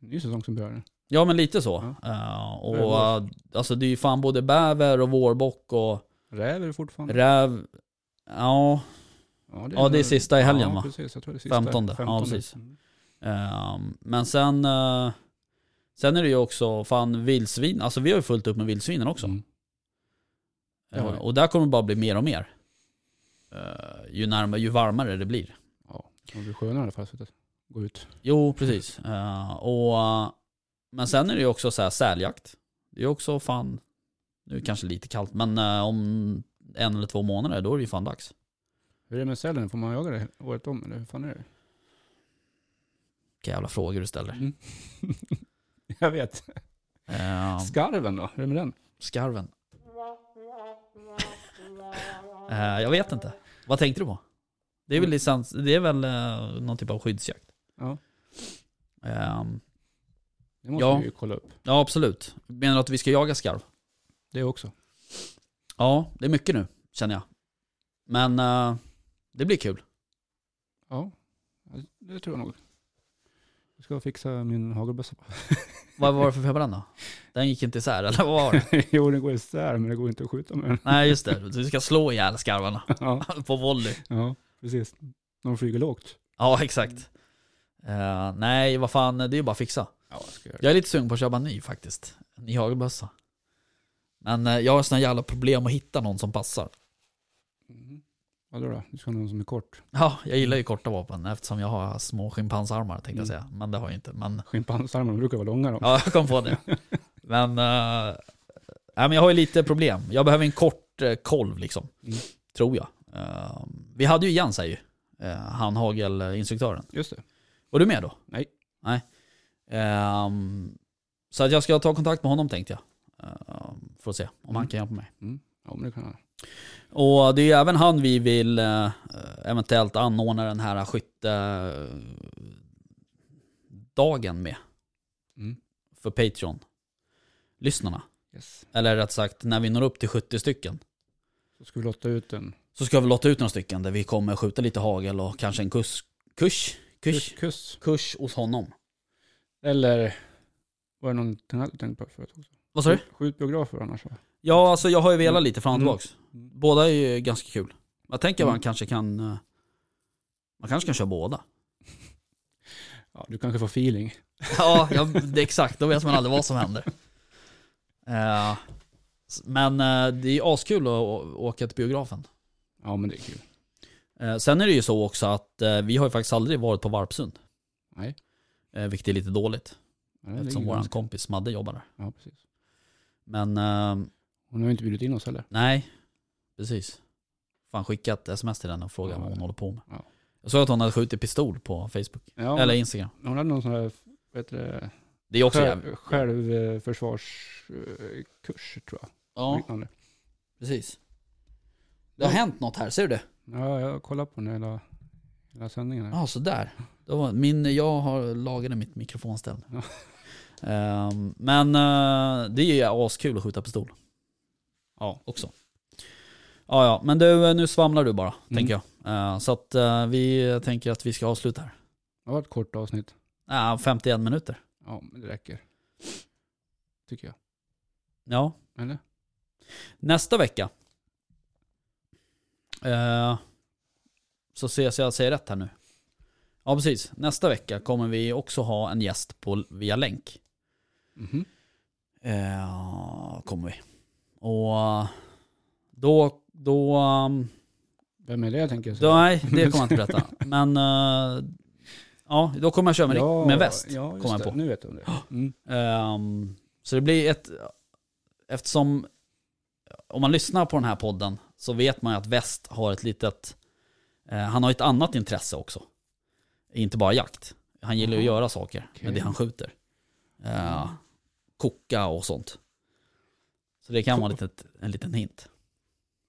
Speaker 2: ny säsong som börjar nu.
Speaker 1: Ja men lite så. Eh, och
Speaker 2: Det är vår.
Speaker 1: eh, alltså det är ju fan både bäver och vårbock och
Speaker 2: Räv är det fortfarande.
Speaker 1: räv. Ja, Ja, det är sista i helgen,
Speaker 2: ja,
Speaker 1: va?
Speaker 2: precis. Jag tror det är sista.
Speaker 1: Femtonde. Ja, precis.
Speaker 2: Mm.
Speaker 1: Ehm, men sen, eh, sen är det ju också fan vildsvin. Alltså vi har ju fullt upp med vildsvinen också.
Speaker 2: Mm. det har
Speaker 1: Eh,
Speaker 2: vi.
Speaker 1: och där kommer det bara bli mer och mer. Eh, ju, närmare, ju varmare det blir.
Speaker 2: Ja, det blir skönare i alla fall. Så att gå ut.
Speaker 1: Jo, precis. Eh, och, eh, men sen är det ju också så här säljakt. Det är ju också fan, nu är det kanske lite kallt, men eh, om en eller två månader då är det ju fan dags.
Speaker 2: Hur är det med sällen? Får man jaga det året om? Eller hur fan är det?
Speaker 1: Vilka jävla frågor du ställer.
Speaker 2: Mm. jag vet. Eh,
Speaker 1: Ehm,
Speaker 2: Skarven då? Hur är det med den?
Speaker 1: skarven. Eh, jag vet inte. Vad tänkte du på? Det är väl, licens, det är väl eh, någon typ av skyddsjakt?
Speaker 2: Ja.
Speaker 1: Ehm,
Speaker 2: Det måste
Speaker 1: Ja.
Speaker 2: vi ju kolla upp.
Speaker 1: ja, absolut. Menar du att vi ska jaga skarv?
Speaker 2: Det också.
Speaker 1: Ja, det är mycket nu, känner jag. Men eh, det blir kul.
Speaker 2: Ja, det tror jag nog. Jag ska fixa min hagelbössa.
Speaker 1: Vad var det för fel på den då? Den gick inte isär, eller vad var det?
Speaker 2: jo, den går isär men det går inte att skjuta med den.
Speaker 1: Nej, just det. Du ska slå ihjäl skarvarna
Speaker 2: ja,
Speaker 1: på volley.
Speaker 2: ja, precis. De flyger lågt.
Speaker 1: Ja, exakt. Eh, nej, vad fan, det är ju bara att fixa.
Speaker 2: Ja, jag ska göra det.
Speaker 1: Jag är lite sugen på att köpa en ny faktiskt. En ny hagelbössa. Men eh, jag har såna jävla problem att hitta någon som passar.
Speaker 2: Mm. Vadå då? Du ska ha någon som är kort.
Speaker 1: Ja, jag gillar ju korta vapen eftersom jag har små schimpansarmar tänkte jag
Speaker 2: Mm.
Speaker 1: säga. Men det har jag inte. Men
Speaker 2: Schimpansarmarna brukar vara långa då.
Speaker 1: ja, jag kom på det. Men, eh, nej, men jag har ju lite problem. Jag behöver en kort eh, kolv liksom.
Speaker 2: Mm.
Speaker 1: Tror jag. Eh, vi hade ju Jens här ju. Eh, han hagelinstruktören.
Speaker 2: Just det.
Speaker 1: Var du med då?
Speaker 2: Nej.
Speaker 1: Nej. Ehm, så att jag ska ta kontakt med honom tänkte jag. Ehm, för att se om han
Speaker 2: Mm.
Speaker 1: kan hjälpa mig.
Speaker 2: Mm. Ja, men det kan jag.
Speaker 1: Och det är ju även han vi vill eh, eventuellt anordna den här skyttedagen med
Speaker 2: Mm.
Speaker 1: för Patreon-lyssnarna.
Speaker 2: Yes.
Speaker 1: Eller rätt sagt, när vi når upp till 70 stycken
Speaker 2: Så ska vi lotta ut en
Speaker 1: så ska vi låta ut några stycken där vi kommer skjuta lite hagel och kanske en kurs, kurs,
Speaker 2: kuss.
Speaker 1: kurs,
Speaker 2: kuss.
Speaker 1: kurs hos honom.
Speaker 2: Eller var det någonting annat du tänkte på förut också?
Speaker 1: Vad sa du?
Speaker 2: Skjut biografer annars va?
Speaker 1: Ja, alltså jag har ju velat
Speaker 2: Mm.
Speaker 1: lite fram och
Speaker 2: Mm.
Speaker 1: tillbaks. Båda är ju ganska kul. Jag tänker att man
Speaker 2: Mm.
Speaker 1: kanske kan... eh, Man kanske kan köra båda.
Speaker 2: Ja, du kanske får feeling.
Speaker 1: Ja, ja det är exakt. Då vet man aldrig vad som händer. Eh, s- Men eh, det är ju askul att å- åka till biografen.
Speaker 2: Ja, men det är kul.
Speaker 1: Eh, Sen är det ju så också att eh, vi har ju faktiskt aldrig varit på Varpsund.
Speaker 2: Nej.
Speaker 1: Eh, Vilket är lite dåligt.
Speaker 2: Ja, det
Speaker 1: Eftersom
Speaker 2: ligger
Speaker 1: vår
Speaker 2: ganska-
Speaker 1: kompis Madde jobbar där.
Speaker 2: Ja, precis.
Speaker 1: Men eh,
Speaker 2: Hon har ju inte bjudit in oss heller.
Speaker 1: nej, precis. Fan skicka ett sms till henne och fråga
Speaker 2: Ja.
Speaker 1: vad hon håller på med.
Speaker 2: Ja.
Speaker 1: Jag såg att hon hade skjutit pistol på Facebook.
Speaker 2: Ja,
Speaker 1: Eller Instagram.
Speaker 2: hon hade någon sån här, vad heter det,
Speaker 1: Det är också jävligt.
Speaker 2: Själv, självförsvarskurs eh, tror jag.
Speaker 1: Ja,
Speaker 2: Liknande.
Speaker 1: precis. Det har hänt något här, ser du det?
Speaker 2: Ja, jag kollade på den hela, hela sändningen. Här.
Speaker 1: Ja, ah, sådär. Det var min, jag har lagade mitt mikrofonställ.
Speaker 2: Ja.
Speaker 1: Ehm, men eh, det är ju askul att skjuta pistol. Ja. Också. Ja, ja, men du, nu svamlar du bara, tänker jag. Eh, Så att eh, vi tänker att vi ska avsluta här.
Speaker 2: Det var ett kort avsnitt.
Speaker 1: Uh, 51 minuter.
Speaker 2: Ja, men det räcker. Tycker jag.
Speaker 1: Ja,
Speaker 2: Eller?
Speaker 1: nästa vecka. Eh, så ser jag så jag säger rätt här nu. Ja, precis. Nästa vecka kommer vi också ha en gäst på, via länk.
Speaker 2: Mhm.
Speaker 1: Eh, kommer vi. Och då, då, ehm,
Speaker 2: Vem är det tänker jag
Speaker 1: då, nej det kommer jag inte berätta. Men eh, ja, då kommer jag köra med,
Speaker 2: Ja,
Speaker 1: med väst.
Speaker 2: Ja, just
Speaker 1: kom jag
Speaker 2: det.
Speaker 1: på.
Speaker 2: Nu vet jag om det. Mm.
Speaker 1: Ehm, så det blir ett... Eftersom... Om man lyssnar på den här podden så vet man ju att väst har ett litet... eh, han har ett annat intresse också. Inte bara jakt. Han gillar ju att göra saker
Speaker 2: Okej. Mm.
Speaker 1: med det han skjuter. Eh, koka och sånt. Så det kan vara lite, en liten hint.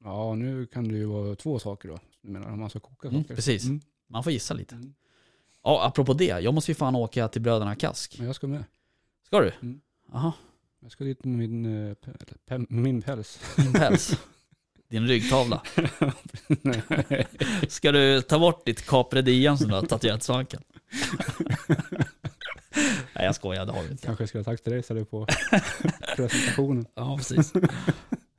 Speaker 2: Ja, nu kan det ju vara två saker då. Jag menar om man ska koka
Speaker 1: Mm,
Speaker 2: saker.
Speaker 1: precis.
Speaker 2: Mm.
Speaker 1: Man får gissa lite.
Speaker 2: Mm.
Speaker 1: Ja, apropå det. Jag måste ju fan åka till bröderna Kask.
Speaker 2: Men jag ska med.
Speaker 1: Ska du?
Speaker 2: Mm.
Speaker 1: Jaha,
Speaker 2: Jag ska dit med min, eh, pe- eller pem- med min päls.
Speaker 1: din päls. Din ryggtavla.
Speaker 2: Nej.
Speaker 1: Ska du ta bort ditt Capre Diem som du har tatuerat svanken? Nej jag skojar, det har du inte.
Speaker 2: Kanske jag skulle ha taxirejsare på presentationen.
Speaker 1: Ja precis.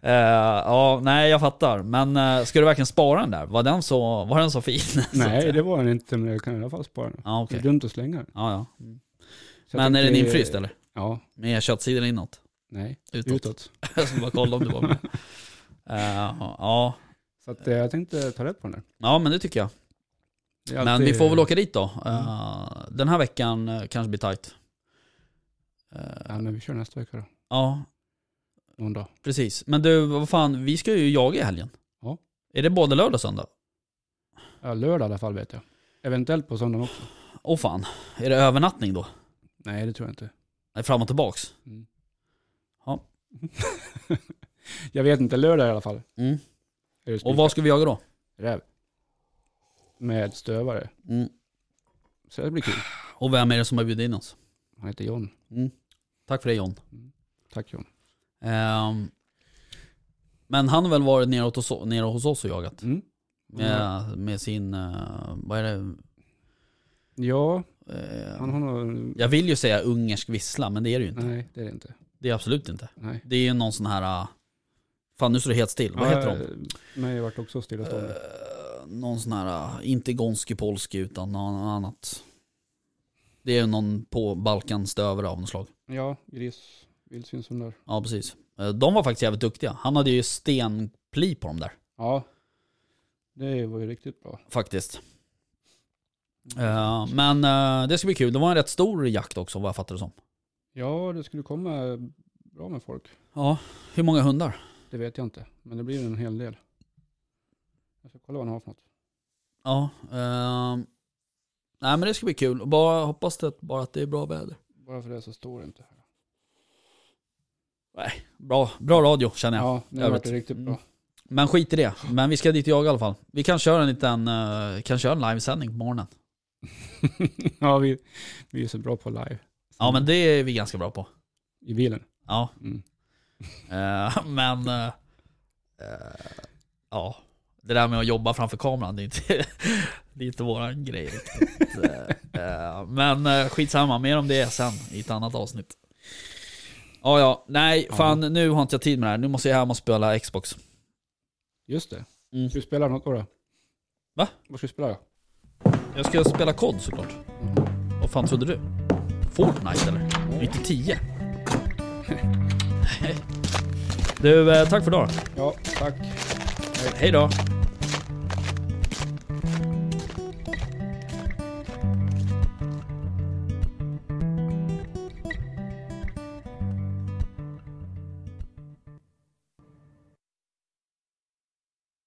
Speaker 1: Eh, ja, nej jag fattar. Men eh, ska du verkligen spara den där? Var den så, var den så fin? Så att
Speaker 2: Nej,
Speaker 1: säga.
Speaker 2: det var den inte, men jag kan i alla fall spara den.
Speaker 1: Ja,
Speaker 2: Det
Speaker 1: okej.
Speaker 2: är dumt att slänga den.
Speaker 1: ja, ja.
Speaker 2: Så jag
Speaker 1: Men är den
Speaker 2: tänker-
Speaker 1: infryst eller?
Speaker 2: Ja,
Speaker 1: Med köttsidan inåt?
Speaker 2: nej,
Speaker 1: Utåt?
Speaker 2: utåt.
Speaker 1: jag skulle bara kolla om du var med. Eh, ja.
Speaker 2: Så att, eh, jag tänkte ta rätt på den där.
Speaker 1: ja, men det tycker jag.
Speaker 2: Det är
Speaker 1: Men
Speaker 2: alltid- Mm.
Speaker 1: vi får väl åka dit då. Eh, den här veckan eh, kanske blir tajt. Eh,
Speaker 2: Ja, men vi kör nästa vecka då.
Speaker 1: ja,
Speaker 2: Någon dag.
Speaker 1: Precis. Men du, vad fan, vi ska ju jaga i helgen.
Speaker 2: Ja.
Speaker 1: Är det både lördag och söndag?
Speaker 2: Ja, lördag i alla fall vet jag. Eventuellt på söndagen också.
Speaker 1: Åh fan, är det övernattning då?
Speaker 2: Nej, det tror jag inte.
Speaker 1: Nej, fram och tillbaks?
Speaker 2: Mm.
Speaker 1: Ja.
Speaker 2: jag vet inte, lördag i alla fall.
Speaker 1: Mm.
Speaker 2: Är det
Speaker 1: Och
Speaker 2: spikat?
Speaker 1: vad ska vi jaga då?
Speaker 2: Räv. Med stövare.
Speaker 1: Mm.
Speaker 2: Så det blir kul.
Speaker 1: Och vem är det som har bjudit in oss?
Speaker 2: Han heter John.
Speaker 1: Tack för det John.
Speaker 2: Tack John.
Speaker 1: Ehm, men han har väl varit nere hos, oss- nere hos oss och jagat?
Speaker 2: Mm.
Speaker 1: Med, med sin, eh, vad är det?
Speaker 2: Ja,
Speaker 1: Eh,
Speaker 2: han har nog...
Speaker 1: jag vill ju säga ungersk vissla, men det är det ju inte.
Speaker 2: Nej, det är det inte.
Speaker 1: Det är absolut inte.
Speaker 2: Nej.
Speaker 1: Det är ju någon sån här, eh, fan nu står det helt still, vad heter de?
Speaker 2: Eh, de? Nej, jag vart också stillastående.
Speaker 1: Eh, någon sån här, eh, inte gonski polski utan något annat. Det är någon på Balkan stövare av något slag.
Speaker 2: Ja, gris, vildsvinshundar.
Speaker 1: Ja precis. Eh, De var faktiskt jävligt duktiga. Han hade ju stenpli på dem där
Speaker 2: Ja, det var ju riktigt bra.
Speaker 1: faktiskt. Eh, Men eh, det ska bli kul. Det var en rätt stor jakt också vad jag fattar det som.
Speaker 2: Ja, det skulle komma bra med folk.
Speaker 1: Ja, hur många hundar?
Speaker 2: Det vet jag inte, men det blir en hel del. Jag ska kolla vad han har för något.
Speaker 1: Ja. eh, Nej men det ska bli kul. Bara hoppas det, bara att det är bra väder.
Speaker 2: Bara för det så står det inte här.
Speaker 1: Bra, bra radio känner jag.
Speaker 2: Ja, nu
Speaker 1: jag
Speaker 2: vart
Speaker 1: vet. Mm.
Speaker 2: det riktigt bra.
Speaker 1: Men skit i det. Men vi ska dit och jaga i alla fall. Vi kan köra en liten, eh, kan köra en livesändning på morgonen.
Speaker 2: ja, vi, vi är så bra på live.
Speaker 1: Ja men det är vi ganska bra på.
Speaker 2: I bilen.
Speaker 1: Ja.
Speaker 2: Mm.
Speaker 1: Eh, men, eh, eh, ja. Det där med att jobba framför kameran, det är inte, det är inte våran grej riktigt. Eh, eh, men eh, skitsamma, mer om det sen i ett annat avsnitt. Ja, ja. Nej, fan nu har inte jag tid med det här. Nu måste jag hem och spela Xbox.
Speaker 2: Just det.
Speaker 1: Mm.
Speaker 2: Ska vi spela något då? då?
Speaker 1: Va?
Speaker 2: Vad ska vi spela?
Speaker 1: Jag ska spela kod såklart. Vad fan trodde du? Fortnite eller? Det är inte 10. Du, eh, tack för idag.
Speaker 2: Ja, tack.
Speaker 1: Hej då.